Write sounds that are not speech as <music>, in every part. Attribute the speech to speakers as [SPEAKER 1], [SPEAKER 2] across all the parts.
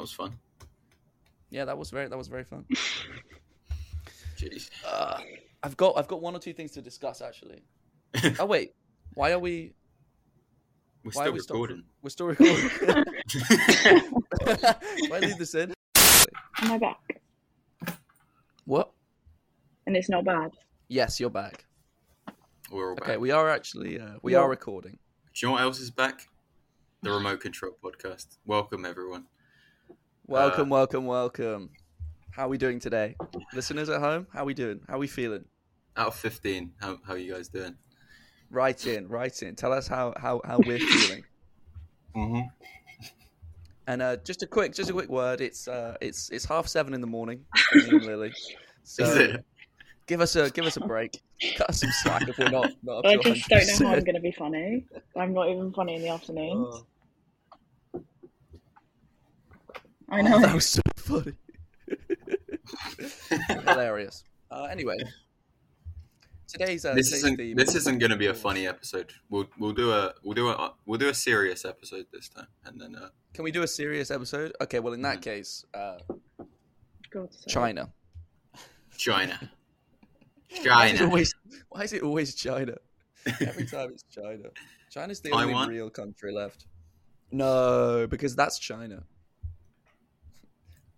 [SPEAKER 1] was fun.
[SPEAKER 2] Yeah, that was very that was very fun.
[SPEAKER 1] Jeez.
[SPEAKER 2] Uh, I've got I've got one or two things to
[SPEAKER 1] <laughs>
[SPEAKER 2] discuss actually. oh wait, why are we?
[SPEAKER 1] We're
[SPEAKER 2] Why
[SPEAKER 1] still
[SPEAKER 2] are we stopping?
[SPEAKER 1] recording.
[SPEAKER 2] We're
[SPEAKER 1] <laughs>
[SPEAKER 2] still recording. why leave this in?
[SPEAKER 3] Am I back?
[SPEAKER 2] What?
[SPEAKER 3] And it's not bad.
[SPEAKER 2] Yes, you're back.
[SPEAKER 1] We're all back.
[SPEAKER 2] Okay, we are actually uh, we
[SPEAKER 3] Yeah.
[SPEAKER 2] are recording.
[SPEAKER 1] Do you know what else is back? The Remote Control Podcast. Welcome, everyone.
[SPEAKER 2] Welcome, welcome, welcome. How are we doing today, listeners at home? How are we doing? How are we feeling?
[SPEAKER 1] Out of 15, how, how you guys doing?
[SPEAKER 2] Write in, write in. Tell us how how how we're feeling.
[SPEAKER 1] Mm-hmm.
[SPEAKER 2] And uh, just a quick, just a quick word. It's uh, it's it's half seven in the morning for me and Lily. So
[SPEAKER 1] <laughs> Is it?
[SPEAKER 2] give us a give us a break. Cut us some slack if we're not. not up
[SPEAKER 3] I
[SPEAKER 2] to
[SPEAKER 3] just don't know how I'm
[SPEAKER 2] 100%.
[SPEAKER 3] going to be funny. I'm not even funny in the afternoons.
[SPEAKER 2] Oh,
[SPEAKER 3] I
[SPEAKER 2] <laughs>
[SPEAKER 3] know.
[SPEAKER 2] that was so funny. Hilarious. Uh, anyway, today's uh,
[SPEAKER 1] This
[SPEAKER 2] today's
[SPEAKER 1] isn't,
[SPEAKER 2] theme.
[SPEAKER 1] this isn't going to be a funny episode. We'll we'll do a we'll do a we'll do a serious episode this time, and then uh,
[SPEAKER 2] Can we do a serious episode? Okay. Well, in that
[SPEAKER 1] Mhm.
[SPEAKER 2] case, uh,
[SPEAKER 3] God's sake.
[SPEAKER 2] China.
[SPEAKER 1] China,
[SPEAKER 2] Why is it <laughs>
[SPEAKER 1] China,
[SPEAKER 2] always- why is it always China? Every time it's
[SPEAKER 1] <laughs>
[SPEAKER 2] China. China's the
[SPEAKER 1] Taiwan?
[SPEAKER 2] only real country left. No, because that's China.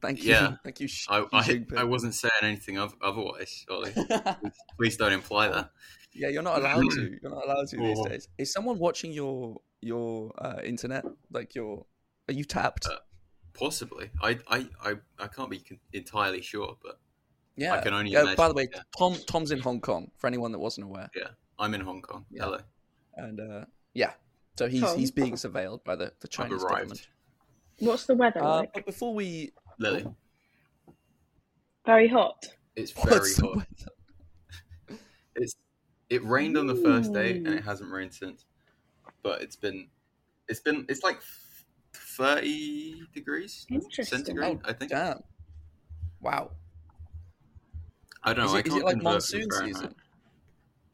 [SPEAKER 2] Thank you.
[SPEAKER 1] Yeah.
[SPEAKER 2] Thank you. Xi
[SPEAKER 1] I, I,
[SPEAKER 2] Jinping.
[SPEAKER 1] I wasn't saying anything oth- otherwise. Ollie.
[SPEAKER 2] <laughs>
[SPEAKER 1] Please- Please don't imply that.
[SPEAKER 2] yeah, you're not allowed to. You're not allowed to these
[SPEAKER 1] Oh.
[SPEAKER 2] days. Is someone watching your your uh, internet? Like your are you tapped?
[SPEAKER 1] Uh, Possibly, I I, I, I can't be con- entirely sure, but
[SPEAKER 2] yeah.
[SPEAKER 1] I can only.
[SPEAKER 2] Yeah,
[SPEAKER 1] imagine,
[SPEAKER 2] by the way,
[SPEAKER 1] yeah.
[SPEAKER 2] Tom Tom's in Hong Kong. For anyone that wasn't aware,
[SPEAKER 1] I'm in Hong Kong.
[SPEAKER 2] Yeah.
[SPEAKER 1] Hello.
[SPEAKER 2] and uh, yeah, so he's
[SPEAKER 3] Tom?
[SPEAKER 2] he's being surveilled by the the Chinese
[SPEAKER 1] arrived.
[SPEAKER 2] government.
[SPEAKER 3] What's the weather
[SPEAKER 2] Uh,
[SPEAKER 3] like?
[SPEAKER 2] but before we,
[SPEAKER 1] Lily,
[SPEAKER 3] Very hot.
[SPEAKER 1] it's very
[SPEAKER 2] Oh. <laughs> what's the
[SPEAKER 1] hot. It's it rained on the first day and it
[SPEAKER 3] Ooh.
[SPEAKER 1] hasn't rained since. But it's been it's been it's like thirty degrees
[SPEAKER 3] Interesting.
[SPEAKER 1] centigrade.
[SPEAKER 2] Oh,
[SPEAKER 1] I think
[SPEAKER 2] Damn. Wow.
[SPEAKER 1] I don't know.
[SPEAKER 2] is,
[SPEAKER 1] I
[SPEAKER 2] it,
[SPEAKER 1] can't
[SPEAKER 2] is it like
[SPEAKER 1] convert from
[SPEAKER 2] monsoon
[SPEAKER 1] Fahrenheit.
[SPEAKER 2] season?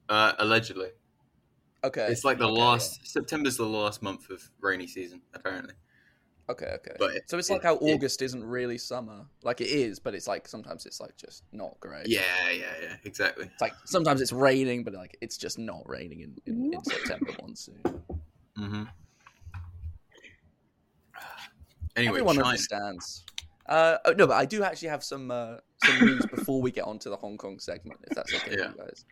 [SPEAKER 1] Uh, allegedly,
[SPEAKER 2] Okay.
[SPEAKER 1] it's like the
[SPEAKER 2] okay,
[SPEAKER 1] last September's the last month of rainy season apparently.
[SPEAKER 2] yeah. Okay. Okay.
[SPEAKER 1] But it-
[SPEAKER 2] so it's
[SPEAKER 1] it-
[SPEAKER 2] like how
[SPEAKER 1] it-
[SPEAKER 2] August is isn't really summer. Like it is, but it's like sometimes it's like just not great.
[SPEAKER 1] Yeah, yeah, yeah, exactly.
[SPEAKER 2] It's like sometimes it's raining, but like it's just not raining in, in, in
[SPEAKER 3] What?
[SPEAKER 2] September monsoon.
[SPEAKER 1] hmm <sighs> Anyway,
[SPEAKER 2] Everyone
[SPEAKER 1] China.
[SPEAKER 2] understands. Uh, oh, no, but I do actually have some uh, some news before we get onto the Hong Kong segment, if that's okay
[SPEAKER 1] Yeah.
[SPEAKER 2] with you guys.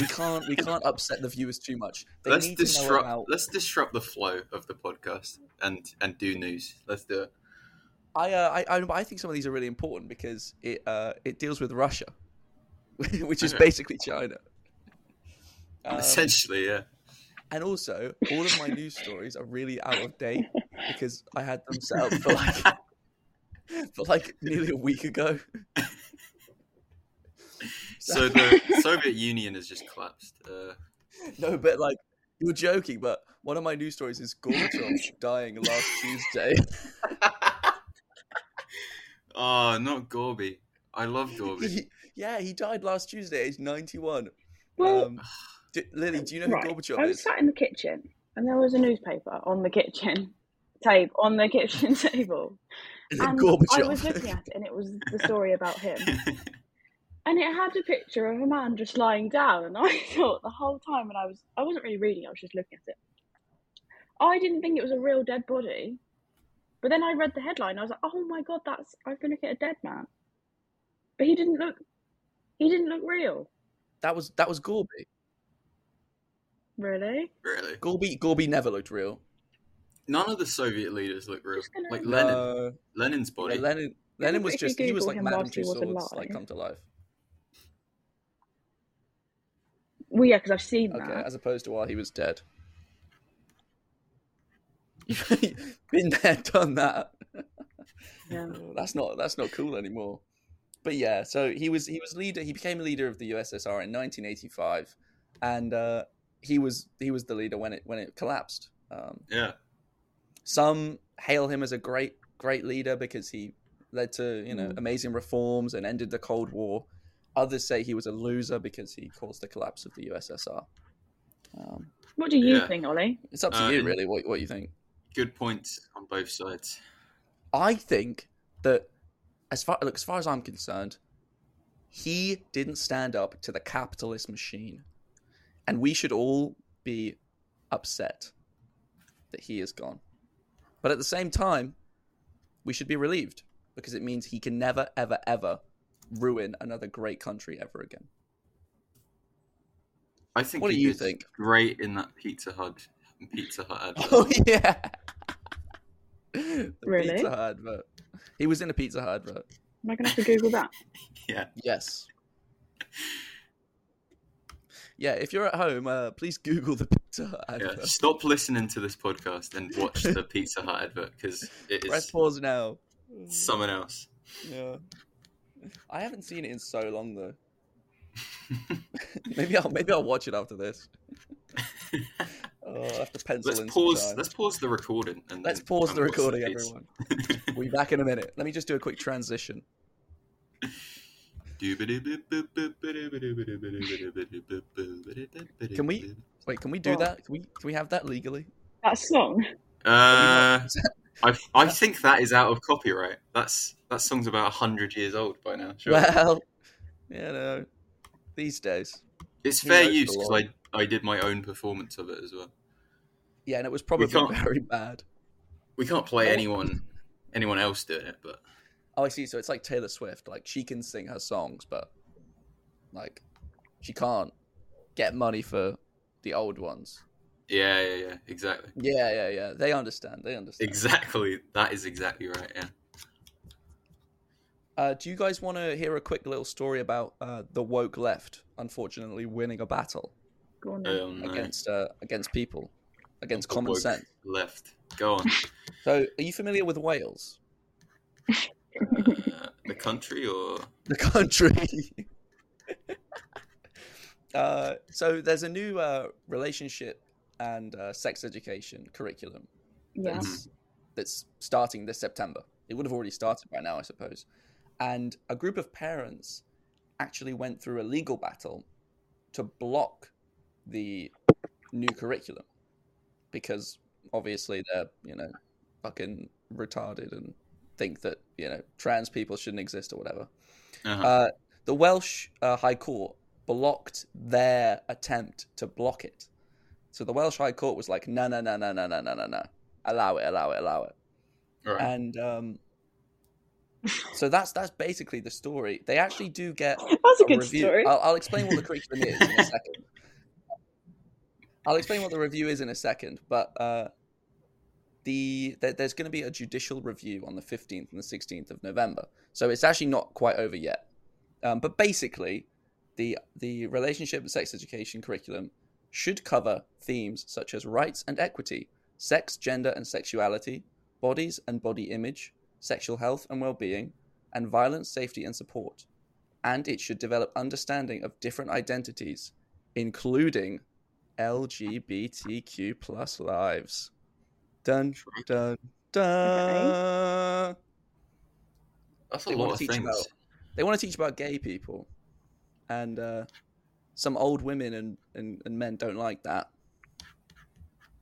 [SPEAKER 2] We can't we can't upset the viewers too much. They
[SPEAKER 1] let's
[SPEAKER 2] need to know
[SPEAKER 1] disrupt.
[SPEAKER 2] about
[SPEAKER 1] Let's disrupt the flow of the podcast and and do news. Let's do it.
[SPEAKER 2] I, uh, I, I I think some of these are really important because it uh, it deals with Russia, <laughs> which is
[SPEAKER 1] Okay.
[SPEAKER 2] basically China. Um,
[SPEAKER 1] Essentially,
[SPEAKER 2] <laughs>
[SPEAKER 1] yeah.
[SPEAKER 2] and also, all of my news stories are really out of date because I had them set up for like
[SPEAKER 3] <laughs>
[SPEAKER 2] for like nearly a week ago. <laughs>
[SPEAKER 1] so the Soviet Union has just collapsed.
[SPEAKER 2] <laughs>
[SPEAKER 1] Uh,
[SPEAKER 2] No, but like you were joking, but one of my news stories is
[SPEAKER 3] <laughs>
[SPEAKER 2] Gorbachev dying last Tuesday.
[SPEAKER 1] oh, not Gorby. I love
[SPEAKER 2] <laughs>
[SPEAKER 1] Gorby.
[SPEAKER 2] He- yeah, he died last Tuesday, age ninety-one.
[SPEAKER 3] Well,
[SPEAKER 2] um, d- Lily, do you know who
[SPEAKER 3] right. I
[SPEAKER 2] Gorbachev
[SPEAKER 3] was
[SPEAKER 2] is? <laughs>
[SPEAKER 3] sat in the kitchen and there was a newspaper on the kitchen <laughs> table, on the kitchen <laughs> table.
[SPEAKER 2] Is it
[SPEAKER 3] And um, I
[SPEAKER 2] Gorbachev?
[SPEAKER 3] was looking at it and it was the story about him. and it had a picture of a man just lying down and i <laughs> thought the whole time when i was i wasn't really reading i was just looking at it i didn't think it was a real dead body but then i read the headline i was like oh my god that's i've been looking at a dead man but he didn't look he didn't look real
[SPEAKER 2] that was that was Gorby.
[SPEAKER 3] really
[SPEAKER 1] really?
[SPEAKER 2] Gorby Gorby never looked real.
[SPEAKER 1] None of the Soviet leaders look real.
[SPEAKER 3] Just gonna-
[SPEAKER 1] Like
[SPEAKER 3] No.
[SPEAKER 1] Lenin.
[SPEAKER 2] No.
[SPEAKER 1] Lenin's
[SPEAKER 2] Yeah,
[SPEAKER 1] body.
[SPEAKER 2] Uh, Lenin
[SPEAKER 3] Yeah,
[SPEAKER 2] Lenin
[SPEAKER 3] but
[SPEAKER 2] was
[SPEAKER 3] if you
[SPEAKER 2] just he was
[SPEAKER 3] Google
[SPEAKER 2] like
[SPEAKER 3] him
[SPEAKER 2] Madame
[SPEAKER 3] whilst he
[SPEAKER 2] Two
[SPEAKER 3] was
[SPEAKER 2] Swords,
[SPEAKER 3] alive.
[SPEAKER 2] like come to life.
[SPEAKER 3] well yeah because i've seen
[SPEAKER 2] Okay,
[SPEAKER 3] that
[SPEAKER 2] as opposed to while he was dead. Been there, done that.
[SPEAKER 3] yeah.
[SPEAKER 2] That's not that's not cool anymore. But yeah, so he was he was leader. He became leader of the USSR in 1985, and uh, he was he was the leader when it when it collapsed. Um,
[SPEAKER 1] Yeah.
[SPEAKER 2] some hail him as a great great leader because he led to you know
[SPEAKER 3] Mm.
[SPEAKER 2] amazing reforms and ended the cold war others say he was a loser because he caused the collapse of the ussr um,
[SPEAKER 3] what do you
[SPEAKER 1] Yeah.
[SPEAKER 3] think ollie
[SPEAKER 2] it's up to
[SPEAKER 1] Uh,
[SPEAKER 2] you
[SPEAKER 1] and-
[SPEAKER 2] really what, what you think
[SPEAKER 1] Good points on both sides.
[SPEAKER 2] I think that as far look as far as I'm concerned, he didn't stand up to the capitalist machine, and we should all be upset that he is gone. But at the same time, we should be relieved because it means he can never, ever, ever ruin another great country ever again.
[SPEAKER 1] I think.
[SPEAKER 2] What do
[SPEAKER 1] he
[SPEAKER 2] you
[SPEAKER 1] did
[SPEAKER 2] think?
[SPEAKER 1] Great in that Pizza Hut. Pizza
[SPEAKER 2] <laughs>
[SPEAKER 1] Hut. advert.
[SPEAKER 2] <laughs> Oh yeah. The
[SPEAKER 3] Really?
[SPEAKER 2] Pizza Hut advert. He was in a Pizza Hut advert.
[SPEAKER 3] Am I going to have to Google that?
[SPEAKER 1] yeah.
[SPEAKER 2] Yes. Yeah, if you're at home, uh, please Google the <laughs> Pizza Hut
[SPEAKER 1] Yeah.
[SPEAKER 2] advert.
[SPEAKER 1] Stop listening to this podcast and watch the Pizza Hut advert because it
[SPEAKER 2] Press
[SPEAKER 1] is
[SPEAKER 2] pause now.
[SPEAKER 1] someone
[SPEAKER 2] <laughs>
[SPEAKER 1] else.
[SPEAKER 2] Yeah. I haven't seen it in so long though. <laughs> maybe I'll maybe I'll watch it after this. oh, I have to pencil
[SPEAKER 1] Let's
[SPEAKER 2] in some
[SPEAKER 1] pause.
[SPEAKER 2] time.
[SPEAKER 1] Let's pause the recording and
[SPEAKER 2] Let's
[SPEAKER 1] then
[SPEAKER 2] pause the
[SPEAKER 1] unpause
[SPEAKER 2] recording,
[SPEAKER 1] piece. <laughs>
[SPEAKER 2] everyone. we'll be back in a minute. Let me just do a quick transition.
[SPEAKER 1] Can
[SPEAKER 2] we- Wait, can we do
[SPEAKER 3] What?
[SPEAKER 2] that? Can we can we have that legally?
[SPEAKER 3] That song.
[SPEAKER 2] <laughs>
[SPEAKER 1] Uh, I I think that is out of copyright. That's that song's about hundred years old by now. Sure,
[SPEAKER 2] Well, you know, these days.
[SPEAKER 1] it's
[SPEAKER 2] who
[SPEAKER 1] fair
[SPEAKER 2] knows the
[SPEAKER 1] use because
[SPEAKER 2] law?
[SPEAKER 1] I I did my own performance of it as well.
[SPEAKER 2] Yeah, and it was probably
[SPEAKER 1] can't-
[SPEAKER 2] very bad.
[SPEAKER 1] We can't play
[SPEAKER 2] Oh.
[SPEAKER 1] anyone anyone else doing it, but
[SPEAKER 2] Oh, I see. So it's like Taylor Swift. Like she can sing her songs, but like she can't get money for the old ones.
[SPEAKER 1] yeah, yeah, yeah, exactly,
[SPEAKER 2] Yeah, yeah, yeah. They understand. They understand.
[SPEAKER 1] exactly. That is exactly right. Yeah.
[SPEAKER 2] Uh, do you guys want to hear a quick little story about uh, the woke left, unfortunately, winning a battle
[SPEAKER 3] Go on then.
[SPEAKER 1] Oh, no.
[SPEAKER 2] against uh, against people, against
[SPEAKER 1] The
[SPEAKER 2] common
[SPEAKER 1] woke
[SPEAKER 2] sense?
[SPEAKER 1] Left. Go on.
[SPEAKER 2] So, are you familiar with Wales, <laughs>
[SPEAKER 1] Uh, <laughs> the country or
[SPEAKER 2] the country? <laughs> uh, so, there's a new uh, relationship and uh, sex education curriculum
[SPEAKER 3] <laughs> yeah.
[SPEAKER 2] that's that's starting this September. It would have already started by now, I suppose. And a group of parents actually went through a legal battle to block the new curriculum because obviously they're you know fucking retarded and think that you know trans people shouldn't exist or whatever.
[SPEAKER 1] uh
[SPEAKER 2] Uh, the Welsh uh, High Court blocked their attempt to block it. So the Welsh High Court was like, no, no, no, no, no, no, no, no, no. Allow it, allow it, allow it.
[SPEAKER 1] right.
[SPEAKER 2] And um, so that's that's basically the story. They actually do get
[SPEAKER 3] That's a
[SPEAKER 2] a
[SPEAKER 3] good
[SPEAKER 2] review.
[SPEAKER 3] story.
[SPEAKER 2] I'll, I'll explain what the curriculum is in a
[SPEAKER 3] <laughs>
[SPEAKER 2] second. I'll explain what the review is in a second, but uh, the there there's going to be a judicial review on the 15th and the 16th of November, so it's actually not quite over yet. Um, but basically, the the relationship and sex education curriculum should cover themes such as rights and equity, sex, gender, and sexuality, bodies and body image, sexual health and well-being, and violence, safety, and support and it should develop understanding of different identities, including LGBTQ plus lives. Dun dun dun.
[SPEAKER 1] That's a
[SPEAKER 2] they
[SPEAKER 1] lot
[SPEAKER 2] wanna
[SPEAKER 1] of
[SPEAKER 2] teach
[SPEAKER 1] things.
[SPEAKER 2] about- They want to teach about gay people, and uh, some old women and, and, and men don't like that.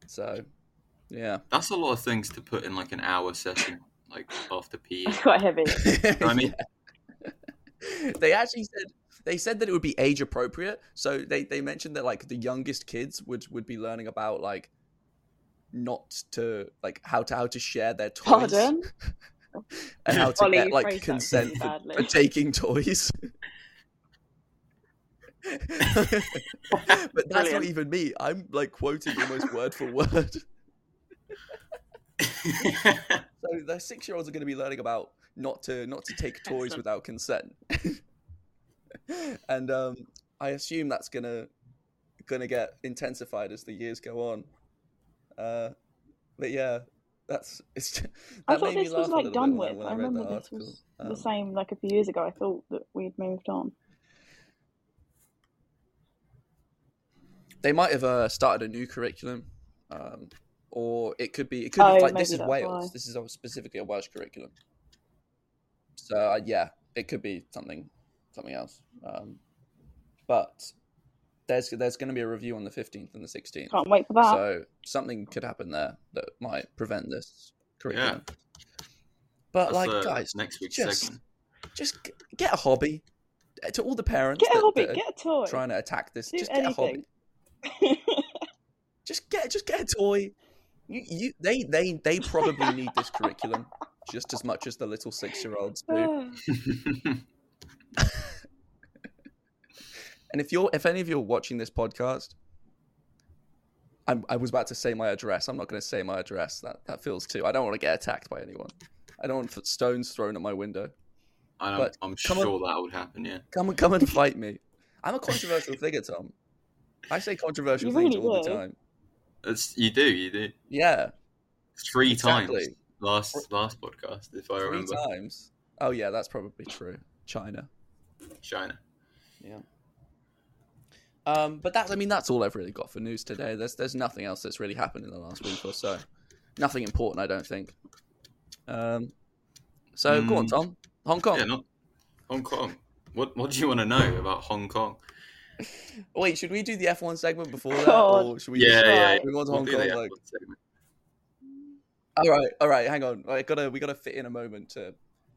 [SPEAKER 2] So, yeah,
[SPEAKER 1] That's a lot of things to put in like an hour session, like after E. PE.
[SPEAKER 3] <laughs> It's quite heavy.
[SPEAKER 1] I mean-
[SPEAKER 2] <laughs> they actually said they said that it would be age appropriate. So they, they mentioned that like the youngest kids would would be learning about like not to like how to how to share their toys
[SPEAKER 3] Pardon?
[SPEAKER 2] and how to
[SPEAKER 3] Ollie,
[SPEAKER 2] get
[SPEAKER 3] you
[SPEAKER 2] like
[SPEAKER 3] phrased that
[SPEAKER 2] consent
[SPEAKER 3] really
[SPEAKER 2] for,
[SPEAKER 3] badly.
[SPEAKER 2] for taking toys. <laughs> but that's
[SPEAKER 3] Brilliant.
[SPEAKER 2] not even me. I'm like quoting almost word for word.
[SPEAKER 1] <laughs>
[SPEAKER 2] So the six year olds are going to be learning about not to not to take toys
[SPEAKER 3] <laughs> Excellent.
[SPEAKER 2] without consent, <laughs> and um, I assume that's gonna gonna get intensified as the years go on. Uh, but yeah, that's it's. <laughs> Just,
[SPEAKER 3] I
[SPEAKER 2] that
[SPEAKER 3] thought
[SPEAKER 2] made me
[SPEAKER 3] this
[SPEAKER 2] laugh
[SPEAKER 3] was
[SPEAKER 2] a
[SPEAKER 3] like
[SPEAKER 2] little
[SPEAKER 3] done
[SPEAKER 2] bit when I-
[SPEAKER 3] with.
[SPEAKER 2] when
[SPEAKER 3] I
[SPEAKER 2] I read
[SPEAKER 3] remember
[SPEAKER 2] that
[SPEAKER 3] this
[SPEAKER 2] article.
[SPEAKER 3] was
[SPEAKER 2] Um,
[SPEAKER 3] the same like a few years ago. I thought that we'd moved on.
[SPEAKER 2] They might have uh, started a new curriculum, um, or it could be it could
[SPEAKER 3] Oh,
[SPEAKER 2] be like this
[SPEAKER 3] maybe
[SPEAKER 2] is
[SPEAKER 3] that's
[SPEAKER 2] Wales.
[SPEAKER 3] why.
[SPEAKER 2] This is specifically a Welsh curriculum. So uh, yeah, it could be something something else. Um, but there's there's going to be a review on the fifteenth and the sixteenth.
[SPEAKER 3] Can't wait for that.
[SPEAKER 2] So something could happen there that might prevent this curriculum. But
[SPEAKER 1] That's
[SPEAKER 2] like,
[SPEAKER 1] the
[SPEAKER 2] guys,
[SPEAKER 1] next week's
[SPEAKER 2] just-
[SPEAKER 1] segment.
[SPEAKER 2] just g- get a hobby. uh, To all the parents
[SPEAKER 3] Get a
[SPEAKER 2] that-
[SPEAKER 3] hobby,
[SPEAKER 2] that are
[SPEAKER 3] get a toy.
[SPEAKER 2] trying to attack this,
[SPEAKER 3] Do
[SPEAKER 2] just get a hobby.
[SPEAKER 3] anything.
[SPEAKER 2] <laughs> Just get just get a toy. You, you they they they probably need this
[SPEAKER 3] <laughs>
[SPEAKER 2] curriculum just as much as the little six year olds do.
[SPEAKER 3] Uh. Ah.
[SPEAKER 1] <laughs>
[SPEAKER 2] And if you're, if any of you are watching this podcast, I'm, I was about to say my address. I'm not going to say my address. That that feels too. I don't want to get attacked by anyone. I don't want f- stones thrown at my window.
[SPEAKER 1] I'm,
[SPEAKER 2] But
[SPEAKER 1] I'm
[SPEAKER 2] come
[SPEAKER 1] sure
[SPEAKER 2] on.
[SPEAKER 1] that would happen. Yeah.
[SPEAKER 2] Come and
[SPEAKER 3] <laughs>
[SPEAKER 2] come and fight me. I'm a controversial figure, Tom. I say controversial
[SPEAKER 3] You
[SPEAKER 2] things
[SPEAKER 3] really
[SPEAKER 2] all the
[SPEAKER 3] do.
[SPEAKER 2] time.
[SPEAKER 1] That's you do. You do
[SPEAKER 2] Yeah,
[SPEAKER 1] three
[SPEAKER 2] exactly.
[SPEAKER 1] times last last podcast, if I
[SPEAKER 2] Three
[SPEAKER 1] remember.
[SPEAKER 2] times. Oh yeah, that's probably true. China.
[SPEAKER 1] China.
[SPEAKER 2] Um, but that's I mean that's all I've really got for news today. There's there's nothing else that's really happened in the last week or so. Nothing important, I don't think. Um, so go on,
[SPEAKER 1] Mm.
[SPEAKER 2] Tom. Hong Kong.
[SPEAKER 1] Yeah, not Hong Kong. What What do you want to know about Hong Kong?
[SPEAKER 2] Wait, should we do the F1 segment before that,
[SPEAKER 3] God.
[SPEAKER 2] or should we?
[SPEAKER 1] Yeah,
[SPEAKER 2] just-
[SPEAKER 1] yeah.
[SPEAKER 3] try.
[SPEAKER 2] We want
[SPEAKER 1] We'll
[SPEAKER 2] Hong
[SPEAKER 1] do the
[SPEAKER 2] Kong. Like,
[SPEAKER 1] F1 segment.
[SPEAKER 2] all right, all right. Hang on. I gotta. We gotta fit in a moment to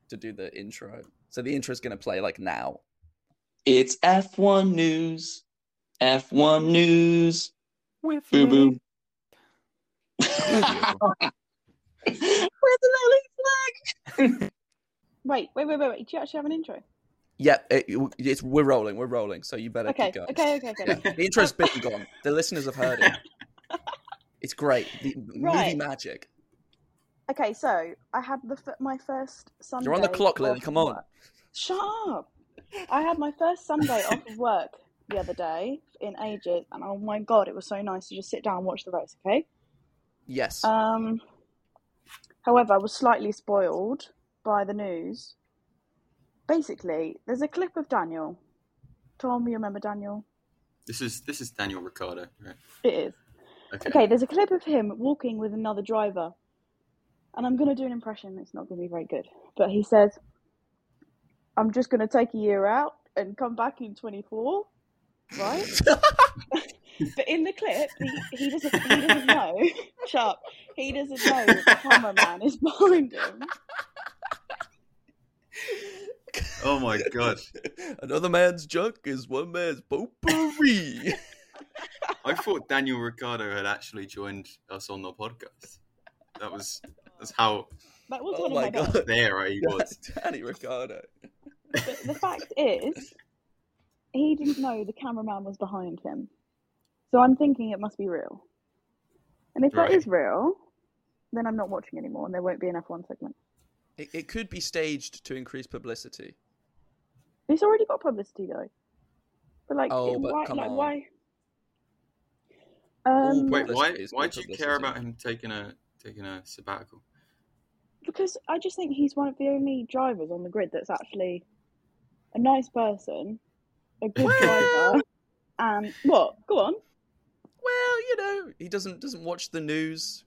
[SPEAKER 2] to do the intro. So the intro's gonna play like now.
[SPEAKER 4] It's F1 news. F1 news. Boo boo. Where's the <laughs> lily flag?
[SPEAKER 3] wait, wait, wait, wait, wait. Do you actually have an intro?
[SPEAKER 2] Yep. It, it's we're rolling. We're rolling. So you better
[SPEAKER 3] Okay,
[SPEAKER 2] keep going.
[SPEAKER 3] okay, okay, okay.
[SPEAKER 2] Yeah. <laughs> The intro's been gone. The listeners have heard it. It's great. The movie
[SPEAKER 3] Right.
[SPEAKER 2] magic.
[SPEAKER 3] Okay, so I had the f- my first Sunday.
[SPEAKER 2] You're on the clock, Lily.
[SPEAKER 3] off
[SPEAKER 2] Come on.
[SPEAKER 3] work. Shut up! I had my first Sunday off of work the other day in ages, and oh my god, it was so nice to just sit down and watch the race. Okay.
[SPEAKER 2] Yes.
[SPEAKER 3] Um. However, I was slightly spoiled by the news. Basically, there's a clip of Daniel. Tom, you remember Daniel?
[SPEAKER 1] This is this is Daniel Ricciardo. Right.
[SPEAKER 3] It is.
[SPEAKER 1] Okay.
[SPEAKER 3] Okay, there's a clip of him walking with another driver. And I'm going to do an impression that's not going to be very good. But he says, I'm just going to take a year out and come back in 24.
[SPEAKER 2] <laughs>
[SPEAKER 3] Right? but in the clip, he, he, doesn't, he doesn't know. <laughs> Shut up. He doesn't know that the cameraman is behind him.
[SPEAKER 1] Oh
[SPEAKER 2] <laughs>
[SPEAKER 1] my god!
[SPEAKER 2] Another man's junk is one man's
[SPEAKER 3] <laughs>
[SPEAKER 2] potpourri.
[SPEAKER 1] I thought Daniel Ricciardo had actually joined us on the podcast. That was that's how
[SPEAKER 3] That was
[SPEAKER 2] oh
[SPEAKER 3] one
[SPEAKER 2] my
[SPEAKER 3] of my best.
[SPEAKER 2] god.
[SPEAKER 1] there
[SPEAKER 3] <laughs>
[SPEAKER 1] he was.
[SPEAKER 2] Danny Ricardo.
[SPEAKER 3] But the fact is, he didn't know the cameraman was behind him. So I'm thinking it must be real. And if
[SPEAKER 1] Right.
[SPEAKER 3] that is real, then I'm not watching anymore and there won't be an F1 segment.
[SPEAKER 2] It, it could be staged to increase publicity.
[SPEAKER 3] It's already got publicity though. But like,
[SPEAKER 2] Oh,
[SPEAKER 3] it-
[SPEAKER 2] but
[SPEAKER 3] why,
[SPEAKER 2] come
[SPEAKER 3] like
[SPEAKER 2] on. Oh,
[SPEAKER 3] why? Um,
[SPEAKER 1] Wait, why
[SPEAKER 2] Publicity is
[SPEAKER 1] why
[SPEAKER 2] good
[SPEAKER 1] do you care about
[SPEAKER 2] publicity.
[SPEAKER 1] him taking a taking a sabbatical?
[SPEAKER 3] because I just think he's one of the only drivers on the grid that's actually a nice person,
[SPEAKER 2] <laughs>
[SPEAKER 3] a good driver, and what? Go on.
[SPEAKER 2] Well, you know, he doesn't doesn't watch the news.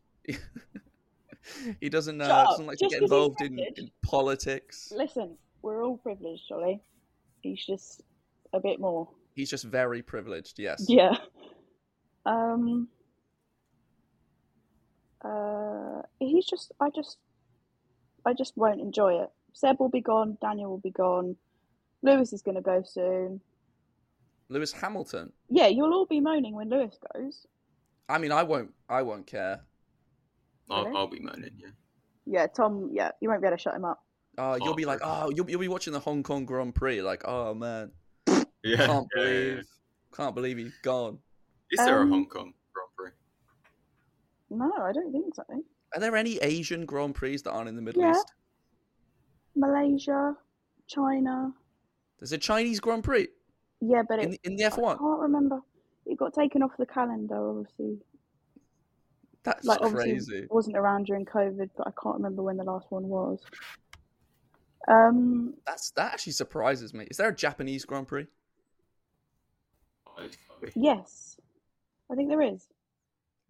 [SPEAKER 2] <laughs> he doesn't
[SPEAKER 3] Shut
[SPEAKER 2] uh,
[SPEAKER 3] up.
[SPEAKER 2] doesn't like to
[SPEAKER 3] Just
[SPEAKER 2] get
[SPEAKER 3] 'cause he's
[SPEAKER 2] involved in,
[SPEAKER 3] privileged.
[SPEAKER 2] in politics.
[SPEAKER 3] Listen, we're all privileged, Jolly. He's just a bit <laughs> more.
[SPEAKER 2] He's just very privileged. Yes.
[SPEAKER 3] Yeah. Um. Uh, he's just. I just. I just won't enjoy it. Seb will be gone. Daniel will be gone. Lewis is going to go soon.
[SPEAKER 2] Lewis Hamilton.
[SPEAKER 3] Yeah, you'll all be moaning when Lewis goes.
[SPEAKER 2] I mean, I won't I won't care.
[SPEAKER 1] I'll,
[SPEAKER 3] Really?
[SPEAKER 1] I'll be moaning. Yeah.
[SPEAKER 3] Yeah, Tom. Yeah, you won't be able to shut him up.
[SPEAKER 2] Uh, you'll be like,
[SPEAKER 1] Heartbroken.
[SPEAKER 2] oh, you'll, you'll be watching the Hong Kong Grand Prix. Like, oh man,
[SPEAKER 1] <laughs> Yeah.
[SPEAKER 2] can't
[SPEAKER 1] yeah, yeah, yeah.
[SPEAKER 2] believe, can't believe he's gone.
[SPEAKER 1] Is there
[SPEAKER 3] Um,
[SPEAKER 1] a Hong Kong Grand Prix?
[SPEAKER 3] No, I don't think so.
[SPEAKER 2] Are there any Asian Grand Prix that aren't in the Middle
[SPEAKER 3] Yeah.
[SPEAKER 2] East?
[SPEAKER 3] Malaysia, China.
[SPEAKER 2] There's a Chinese Grand Prix
[SPEAKER 3] Yeah, but
[SPEAKER 2] in
[SPEAKER 3] it.
[SPEAKER 2] the, in the
[SPEAKER 3] I
[SPEAKER 2] F1.
[SPEAKER 3] can't remember. It got taken off the calendar, obviously.
[SPEAKER 2] That's
[SPEAKER 3] like obviously
[SPEAKER 2] crazy.
[SPEAKER 3] wasn't around during COVID, but I can't remember when the last one was. Um,
[SPEAKER 2] That's that actually surprises me. Is there a Japanese Grand Prix?
[SPEAKER 1] Oh,
[SPEAKER 3] <laughs>
[SPEAKER 1] it's gotta be.
[SPEAKER 3] yes, I think there is.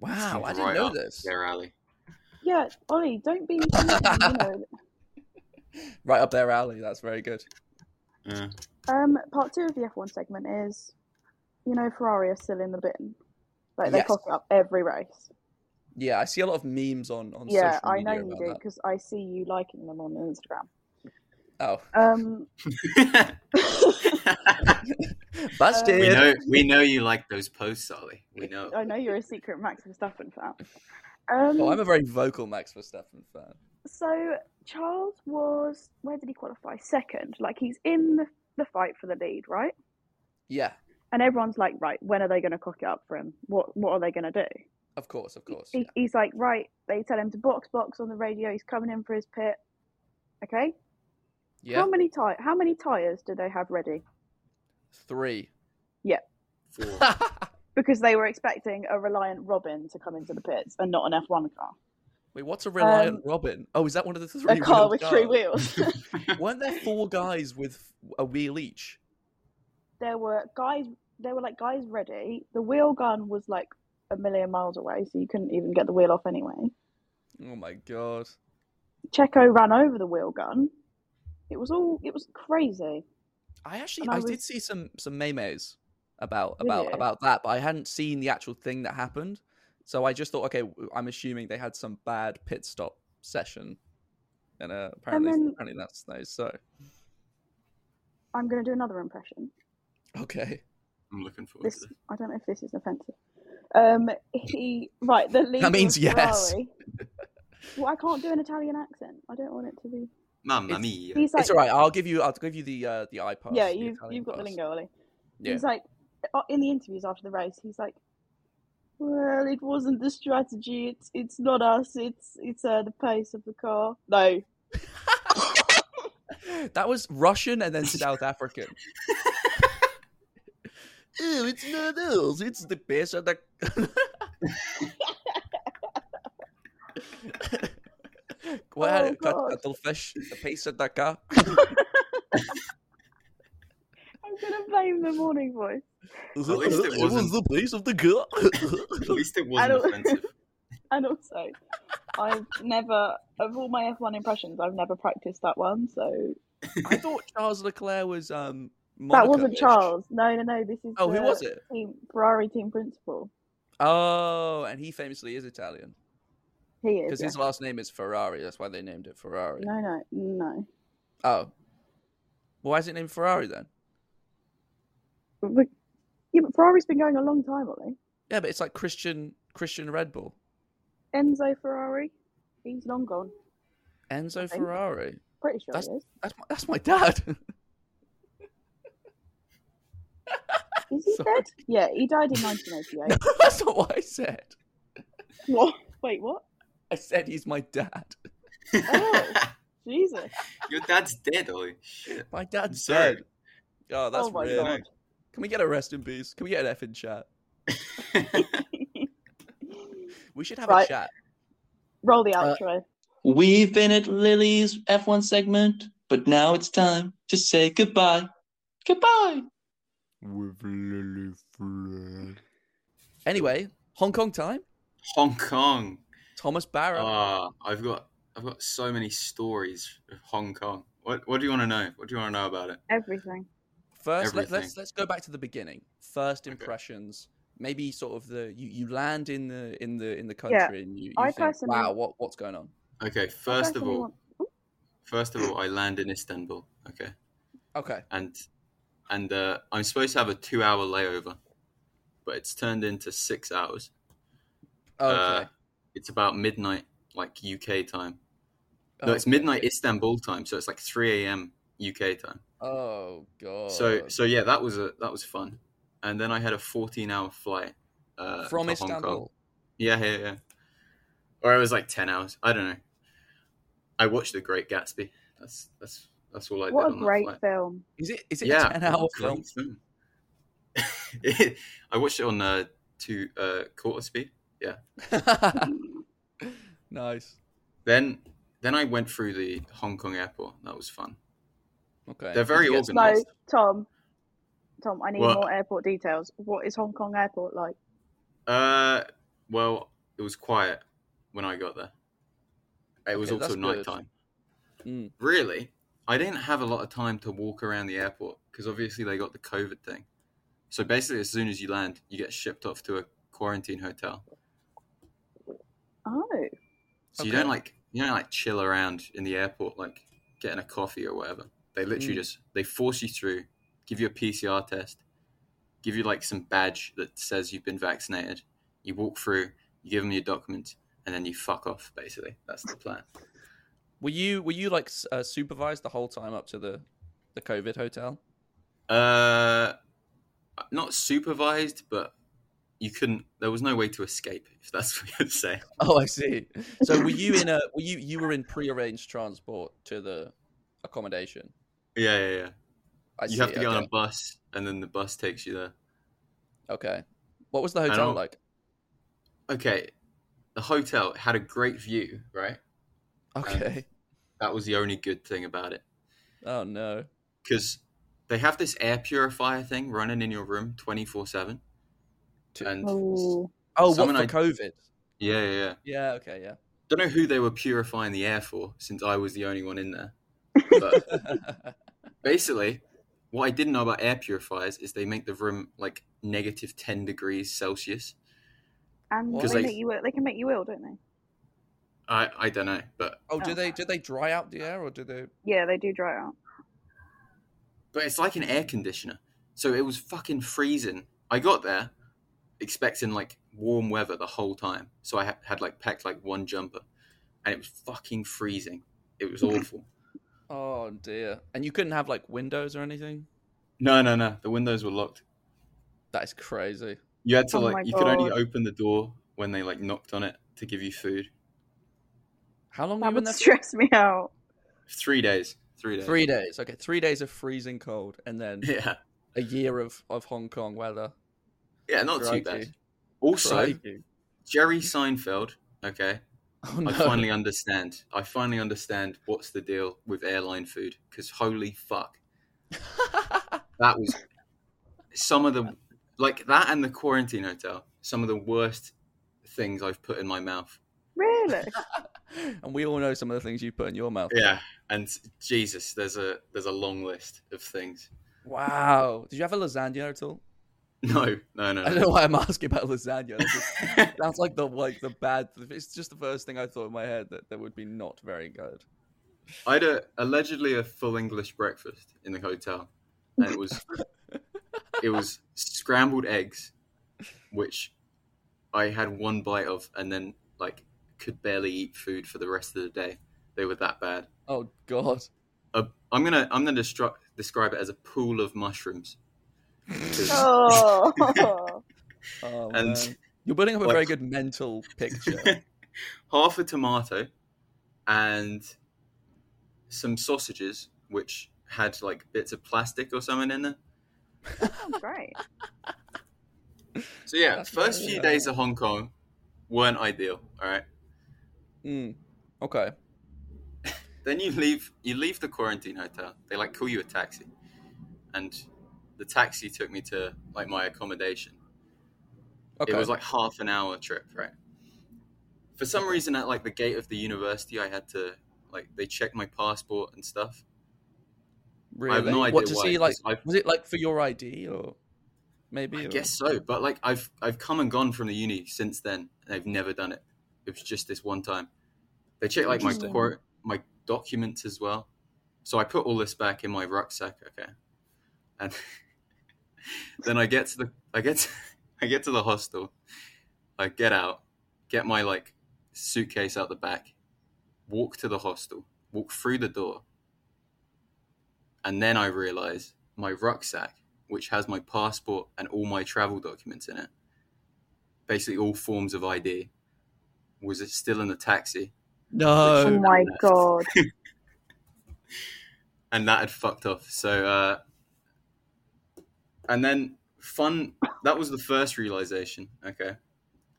[SPEAKER 2] Wow, I didn't
[SPEAKER 1] Right
[SPEAKER 2] know
[SPEAKER 1] up
[SPEAKER 2] this.
[SPEAKER 1] There, Ali.
[SPEAKER 3] Yeah, Ollie, don't be. you
[SPEAKER 2] <laughs>
[SPEAKER 3] know.
[SPEAKER 2] Right up their alley. That's very good.
[SPEAKER 1] Yeah.
[SPEAKER 3] Um, part two of the F1 segment is, you know, Ferrari are still in the bin. Like they
[SPEAKER 2] Yes.
[SPEAKER 3] cock it up every race.
[SPEAKER 2] Yeah, I see a lot of memes on on
[SPEAKER 3] yeah,
[SPEAKER 2] social
[SPEAKER 3] I
[SPEAKER 2] media
[SPEAKER 3] know you
[SPEAKER 2] about
[SPEAKER 3] do
[SPEAKER 2] that.
[SPEAKER 3] because I see you liking them on Instagram.
[SPEAKER 2] Oh,
[SPEAKER 3] Um,
[SPEAKER 2] Oh, <laughs> busted!
[SPEAKER 1] <laughs> we
[SPEAKER 3] <laughs>
[SPEAKER 1] know we know you like those posts, Ollie. We know.
[SPEAKER 3] I know you're a secret Max Verstappen fan.
[SPEAKER 2] <laughs>
[SPEAKER 3] Um,
[SPEAKER 2] Oh, I'm a very vocal Max Verstappen fan.
[SPEAKER 3] so Charles was where did he qualify? Second. Like he's in the, the fight for the lead, right?
[SPEAKER 2] Yeah,
[SPEAKER 3] And everyone's like, right, when are they going to cock it up for him? What What are they going to do?
[SPEAKER 2] of course, of course.
[SPEAKER 3] He,
[SPEAKER 2] yeah.
[SPEAKER 3] He's like, right. They tell him to box, box on the radio. He's coming in for his pit. Okay.
[SPEAKER 2] Yeah,
[SPEAKER 3] How many tire? How many tires do they have ready? <laughs>
[SPEAKER 2] three.
[SPEAKER 1] Four.
[SPEAKER 3] Because they were expecting a Reliant Robin to come into the pits and not an F1 car.
[SPEAKER 2] Wait, what's a Reliant
[SPEAKER 3] Um,
[SPEAKER 2] Robin? Oh, is that one of the <laughs> three?
[SPEAKER 3] a car
[SPEAKER 2] wheeled
[SPEAKER 3] with three
[SPEAKER 2] cars? <laughs>
[SPEAKER 3] wheels.
[SPEAKER 2] Weren't
[SPEAKER 3] <laughs>
[SPEAKER 2] there four guys with a wheel each?
[SPEAKER 3] there were guys. There were like guys ready. The wheel gun was like a million miles away, so you couldn't even get the wheel off anyway.
[SPEAKER 2] Oh my god!
[SPEAKER 3] Checo ran over the wheel gun. It was all. It was crazy.
[SPEAKER 2] I actually
[SPEAKER 3] And I
[SPEAKER 2] I,
[SPEAKER 3] was-
[SPEAKER 2] did see some some memes about
[SPEAKER 3] Did
[SPEAKER 2] about
[SPEAKER 3] you?
[SPEAKER 2] about that, but I hadn't seen the actual thing that happened. So I just thought, okay, w- I'm assuming they had some bad pit stop session, and uh, apparently
[SPEAKER 3] then-
[SPEAKER 2] apparently that's no. So <laughs>
[SPEAKER 3] I'm gonna do another impression.
[SPEAKER 2] okay,
[SPEAKER 1] I'm looking forward to
[SPEAKER 3] This
[SPEAKER 1] this.
[SPEAKER 3] I don't know if this is offensive. Um, he right the leader
[SPEAKER 2] means
[SPEAKER 3] of
[SPEAKER 2] yes.
[SPEAKER 3] Ferrari- well, I can't do an Italian accent. I don't want it to be.
[SPEAKER 1] Mamma
[SPEAKER 2] It's-
[SPEAKER 1] mia.
[SPEAKER 3] <laughs> He's like,
[SPEAKER 2] it's all right. I'll give you I'll give you the uh, the iPod.
[SPEAKER 3] yeah, you've you've got the lingo, Ollie.
[SPEAKER 2] Yeah.
[SPEAKER 3] He's like, uh, in the interviews after the race, he's like, "Well, it wasn't the strategy. It's it's not us. It's it's uh, the pace of the car." No,
[SPEAKER 2] That was Russian and then <laughs> South African. oh, it's not us. It's the best of <laughs> the. What had
[SPEAKER 3] Oh,
[SPEAKER 2] it? Cut-
[SPEAKER 3] God.
[SPEAKER 2] cuttlefish, the piece of the <laughs> car.
[SPEAKER 3] I'm gonna blame the morning voice.
[SPEAKER 2] It
[SPEAKER 1] least it
[SPEAKER 2] was
[SPEAKER 1] wasn't-
[SPEAKER 2] the piece of the car.
[SPEAKER 1] At least it
[SPEAKER 3] I
[SPEAKER 1] wasn't
[SPEAKER 3] don't-
[SPEAKER 1] offensive.
[SPEAKER 3] And also,
[SPEAKER 2] <laughs>
[SPEAKER 3] I've never of all my F1 impressions, I've never practiced that one. So
[SPEAKER 2] <laughs> I thought Charles Leclerc was um.
[SPEAKER 3] that
[SPEAKER 2] Monaco-ish.
[SPEAKER 3] wasn't Charles. No, no, no. This is
[SPEAKER 2] Oh, who
[SPEAKER 3] the
[SPEAKER 2] was it?
[SPEAKER 3] Team, Ferrari team principal.
[SPEAKER 2] Oh, and he famously is Italian
[SPEAKER 3] He is.
[SPEAKER 2] because
[SPEAKER 3] Yeah.
[SPEAKER 2] his last name is Ferrari. That's why they named it Ferrari.
[SPEAKER 3] No, no, no.
[SPEAKER 2] Oh, well, why is it named Ferrari then?
[SPEAKER 3] But, but- yeah, but Ferrari's been going a long time, Ollie.
[SPEAKER 2] Yeah, but it's like Christian Christian Red Bull.
[SPEAKER 3] Enzo Ferrari, he's long gone.
[SPEAKER 2] Enzo
[SPEAKER 3] think.
[SPEAKER 2] Ferrari.
[SPEAKER 3] Pretty sure he is.
[SPEAKER 2] That's my, that's my dad. <laughs>
[SPEAKER 3] Is
[SPEAKER 2] <laughs>
[SPEAKER 3] he
[SPEAKER 2] Sorry.
[SPEAKER 3] dead? Yeah, he died in 1988.
[SPEAKER 2] that's not what I said.
[SPEAKER 3] <laughs> what? Wait, what?
[SPEAKER 2] I said he's my dad.
[SPEAKER 3] <laughs> Oh. Jesus.
[SPEAKER 1] <laughs> Your dad's dead, Ollie. <laughs> Shit.
[SPEAKER 2] My dad's
[SPEAKER 1] Sorry.
[SPEAKER 2] dead. Oh, that's
[SPEAKER 3] oh my
[SPEAKER 2] weird.
[SPEAKER 3] god.
[SPEAKER 2] Can we get a rest in peace? Can we get an F in chat? We should have a
[SPEAKER 3] Right.
[SPEAKER 2] chat.
[SPEAKER 3] Roll the
[SPEAKER 2] Uh,
[SPEAKER 3] outro.
[SPEAKER 4] We've been at Lily's F1 segment, but now it's time to say goodbye. Goodbye.
[SPEAKER 5] with Lily Flag.
[SPEAKER 2] Anyway, Hong Kong time.
[SPEAKER 1] Hong Kong.
[SPEAKER 2] Thomas Barra.
[SPEAKER 1] Ah, I've got I've got so many stories of Hong Kong. What what do you want to know? What do you want to know about it?
[SPEAKER 3] Everything.
[SPEAKER 2] First, let, let's
[SPEAKER 1] everything.
[SPEAKER 2] let's go back to the beginning. First
[SPEAKER 1] Okay.
[SPEAKER 2] impressions. Maybe sort of the you, you land in the in the in the
[SPEAKER 3] Yeah,
[SPEAKER 2] country and you, you
[SPEAKER 3] I
[SPEAKER 2] think,
[SPEAKER 3] personally-
[SPEAKER 2] wow, what what's going on?
[SPEAKER 1] Okay,
[SPEAKER 3] I
[SPEAKER 1] first of
[SPEAKER 3] personally
[SPEAKER 1] all,
[SPEAKER 3] want-
[SPEAKER 1] first of all, I land in Istanbul. Okay,
[SPEAKER 2] Okay.
[SPEAKER 1] and and uh, I'm supposed to have a two-hour layover, but it's turned into six hours.
[SPEAKER 2] Okay.
[SPEAKER 1] Uh, it's about midnight, like UK time. No, it's
[SPEAKER 2] Okay.
[SPEAKER 1] midnight Istanbul time, so it's like 3 a.m. UK time.
[SPEAKER 2] Oh god.
[SPEAKER 1] So so yeah, that was a that was fun. And then I had a 14-hour flight uh,
[SPEAKER 2] from
[SPEAKER 1] to Hong Kong.
[SPEAKER 2] Istanbul.
[SPEAKER 1] Yeah, yeah, yeah. Or it was like 10 hours. I don't know. I watched The Great Gatsby. That's that's that's all I
[SPEAKER 3] What a
[SPEAKER 1] did on
[SPEAKER 3] great
[SPEAKER 1] that
[SPEAKER 3] <laughs>
[SPEAKER 1] flight.
[SPEAKER 2] <laughs>
[SPEAKER 3] film.
[SPEAKER 2] Is it is it
[SPEAKER 1] Yeah,
[SPEAKER 2] a ten hour
[SPEAKER 1] what a
[SPEAKER 2] film?
[SPEAKER 1] great film. <laughs> I watched it on uh, two uh, quarter speed.
[SPEAKER 2] <laughs> nice.
[SPEAKER 1] Then then I went through the Hong Kong airport. That was fun.
[SPEAKER 2] Okay.
[SPEAKER 1] They're very
[SPEAKER 2] Did you get-
[SPEAKER 1] organised.
[SPEAKER 3] No, Tom. Tom, I need
[SPEAKER 1] What?
[SPEAKER 3] more airport details. What is Hong Kong airport like?
[SPEAKER 1] Uh, well, it was quiet when I got there. It was
[SPEAKER 2] Okay,
[SPEAKER 1] also
[SPEAKER 2] that's good.
[SPEAKER 1] nighttime.
[SPEAKER 2] Mm.
[SPEAKER 1] Really, I didn't have a lot of time to walk around the airport because obviously they got the COVID thing. So basically, as soon as you land, you get shipped off to a quarantine hotel.
[SPEAKER 3] Oh.
[SPEAKER 1] So you don't
[SPEAKER 2] Okay.
[SPEAKER 1] like you don't like chill around in the airport like getting a coffee or whatever. They literally
[SPEAKER 2] Mm.
[SPEAKER 1] just they force you through, give you a PCR test, give you like some badge that says you've been vaccinated. You walk through, you give them your document, and then you fuck off. Basically, that's the plan.
[SPEAKER 2] Were you were you like s- uh, supervised the whole time up to the the COVID hotel?
[SPEAKER 1] Uh, not supervised, but you couldn't. There was no way to escape. If that's <laughs> what you're saying.
[SPEAKER 2] Oh, I see. So were you in a were you you were in prearranged transport to the accommodation?
[SPEAKER 1] Yeah, yeah, yeah.
[SPEAKER 2] I
[SPEAKER 1] you have to
[SPEAKER 2] okay.
[SPEAKER 1] get on a bus, and then the bus takes you there.
[SPEAKER 2] Okay. What was the
[SPEAKER 1] I
[SPEAKER 2] hotel
[SPEAKER 1] don't-
[SPEAKER 2] like?
[SPEAKER 1] Okay, the hotel had a great view, right?
[SPEAKER 2] Okay.
[SPEAKER 1] That was the only good thing about it.
[SPEAKER 2] Oh no.
[SPEAKER 1] Because they have this air purifier thing running in your room 24 7.
[SPEAKER 2] To-
[SPEAKER 1] And
[SPEAKER 3] Oh.
[SPEAKER 2] Oh, what
[SPEAKER 1] Someone
[SPEAKER 2] for
[SPEAKER 1] I-
[SPEAKER 2] COVID?
[SPEAKER 1] yeah, yeah, yeah.
[SPEAKER 2] Yeah. Okay. Yeah.
[SPEAKER 1] Don't know who they were purifying the air for since I was the only one in there. But
[SPEAKER 2] <laughs>
[SPEAKER 1] basically, what I didn't know about air purifiers is they make the room like negative 10 degrees Celsius.
[SPEAKER 3] And
[SPEAKER 2] What?
[SPEAKER 3] they,
[SPEAKER 1] 'Cause they-
[SPEAKER 3] make you ill. They can make you ill, don't they?
[SPEAKER 1] I, I don't know, but
[SPEAKER 2] oh, do
[SPEAKER 3] Oh.
[SPEAKER 2] they did they dry out the air or do they?
[SPEAKER 3] Yeah, they do dry out.
[SPEAKER 1] but it's like an air conditioner. So it was fucking freezing. I got there expecting like warm weather the whole time. So I had, had like packed like one jumper and it was fucking freezing. It was awful.
[SPEAKER 2] Oh dear. And you couldn't have like windows or anything.
[SPEAKER 1] no, no, no. The windows were locked.
[SPEAKER 2] That is crazy.
[SPEAKER 1] You had to
[SPEAKER 3] Oh my
[SPEAKER 1] like, you could only
[SPEAKER 3] God.
[SPEAKER 1] open the door when they like knocked on it to give you food.
[SPEAKER 2] How long were you
[SPEAKER 3] That
[SPEAKER 2] in
[SPEAKER 3] would
[SPEAKER 2] there? for?
[SPEAKER 3] stress me out.
[SPEAKER 1] Three days. Three <laughs> days.
[SPEAKER 2] Three days. Okay, three days of freezing cold, and then
[SPEAKER 1] Yeah.
[SPEAKER 2] a year of, of Hong Kong weather.
[SPEAKER 1] Yeah, not
[SPEAKER 2] Crikey.
[SPEAKER 1] too bad. Also,
[SPEAKER 2] Crikey.
[SPEAKER 1] Jerry Seinfeld,
[SPEAKER 3] <laughs>
[SPEAKER 1] okay,
[SPEAKER 2] oh, no.
[SPEAKER 1] I finally understand. I finally understand what's the deal with airline food because holy fuck, that was some of the like that and the quarantine hotel. Some of the worst things I've put in my mouth.
[SPEAKER 3] <laughs> Really?
[SPEAKER 2] <laughs> and we all know some of the things you put in your mouth.
[SPEAKER 1] Yeah, and Jesus, there's a there's a long list of things. <laughs>
[SPEAKER 2] Wow. Did you have a lasagna at all?
[SPEAKER 1] No, no, no.
[SPEAKER 2] I don't
[SPEAKER 1] no.
[SPEAKER 2] know why I'm asking about lasagna. That's just- Sounds like the like the bad. It's just the first thing I thought in my head that that would be not very good.
[SPEAKER 1] <laughs> I had a, allegedly a full English breakfast in the hotel, and it was it was scrambled eggs, which I had one bite of, and then like could barely eat food for the rest of the day. They were that bad.
[SPEAKER 2] Oh God.
[SPEAKER 1] A, I'm gonna I'm gonna destru- describe it as a pool of mushrooms. <laughs> 'Cause- <laughs>
[SPEAKER 3] oh. <laughs>
[SPEAKER 2] Oh,
[SPEAKER 1] and
[SPEAKER 2] man. You're building up a
[SPEAKER 1] like-
[SPEAKER 2] very good mental
[SPEAKER 1] <laughs>
[SPEAKER 2] picture.
[SPEAKER 1] half a tomato and some sausages which had like bits of plastic or something in there.
[SPEAKER 3] Great.
[SPEAKER 1] So yeah,
[SPEAKER 2] That's
[SPEAKER 1] first
[SPEAKER 2] not-
[SPEAKER 1] few days of Hong Kong weren't ideal. All right,
[SPEAKER 2] Mm. Okay.
[SPEAKER 1] then you leave you leave the quarantine hotel. They like call you a taxi, and the taxi took me to like my accommodation.
[SPEAKER 2] Okay.
[SPEAKER 1] It was like half an hour trip, right? For some reason, at like the gate of the university, I had to like they checked my passport and stuff.
[SPEAKER 2] really.
[SPEAKER 1] I have no idea
[SPEAKER 2] what to
[SPEAKER 1] why,
[SPEAKER 2] see? Like,
[SPEAKER 1] 'cause I've-
[SPEAKER 2] was it like for your ID or maybe?
[SPEAKER 1] I
[SPEAKER 2] or-
[SPEAKER 1] guess so, but like I've I've come and gone from the uni since then, and I've never done it. It was just this one time. They checked like my
[SPEAKER 3] Interesting.
[SPEAKER 1] quar- my documents as well, so I put all this back in my rucksack. Okay, and <laughs> then I get to the I get to, <laughs> I get to the hostel. I get out, get my like suitcase out the back, walk to the hostel, walk through the door, and then I realize my rucksack which has my passport and all my travel documents in it. Basically, all forms of ID. Was it still in the taxi?
[SPEAKER 2] No.
[SPEAKER 3] Oh my
[SPEAKER 1] that's-
[SPEAKER 3] god.
[SPEAKER 1] And that had fucked off. So, uh, and then fun. That was the first realization. Okay.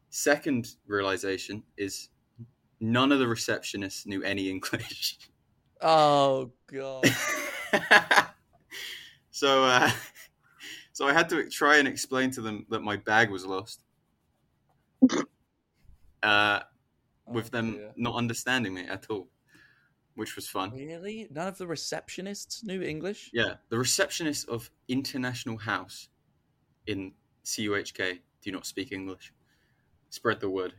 [SPEAKER 1] Second realization is none of the receptionists knew any English. <laughs>
[SPEAKER 2] Oh god.
[SPEAKER 1] so uh, so I had to try and explain to them that my bag was lost. Uh, <laughs> with
[SPEAKER 2] Oh,
[SPEAKER 1] them
[SPEAKER 2] dear.
[SPEAKER 1] not understanding me at all, which was fun.
[SPEAKER 2] Really? None of the receptionists knew English?
[SPEAKER 1] Yeah, the receptionist of International House in CUHK do not speak English. Spread the word.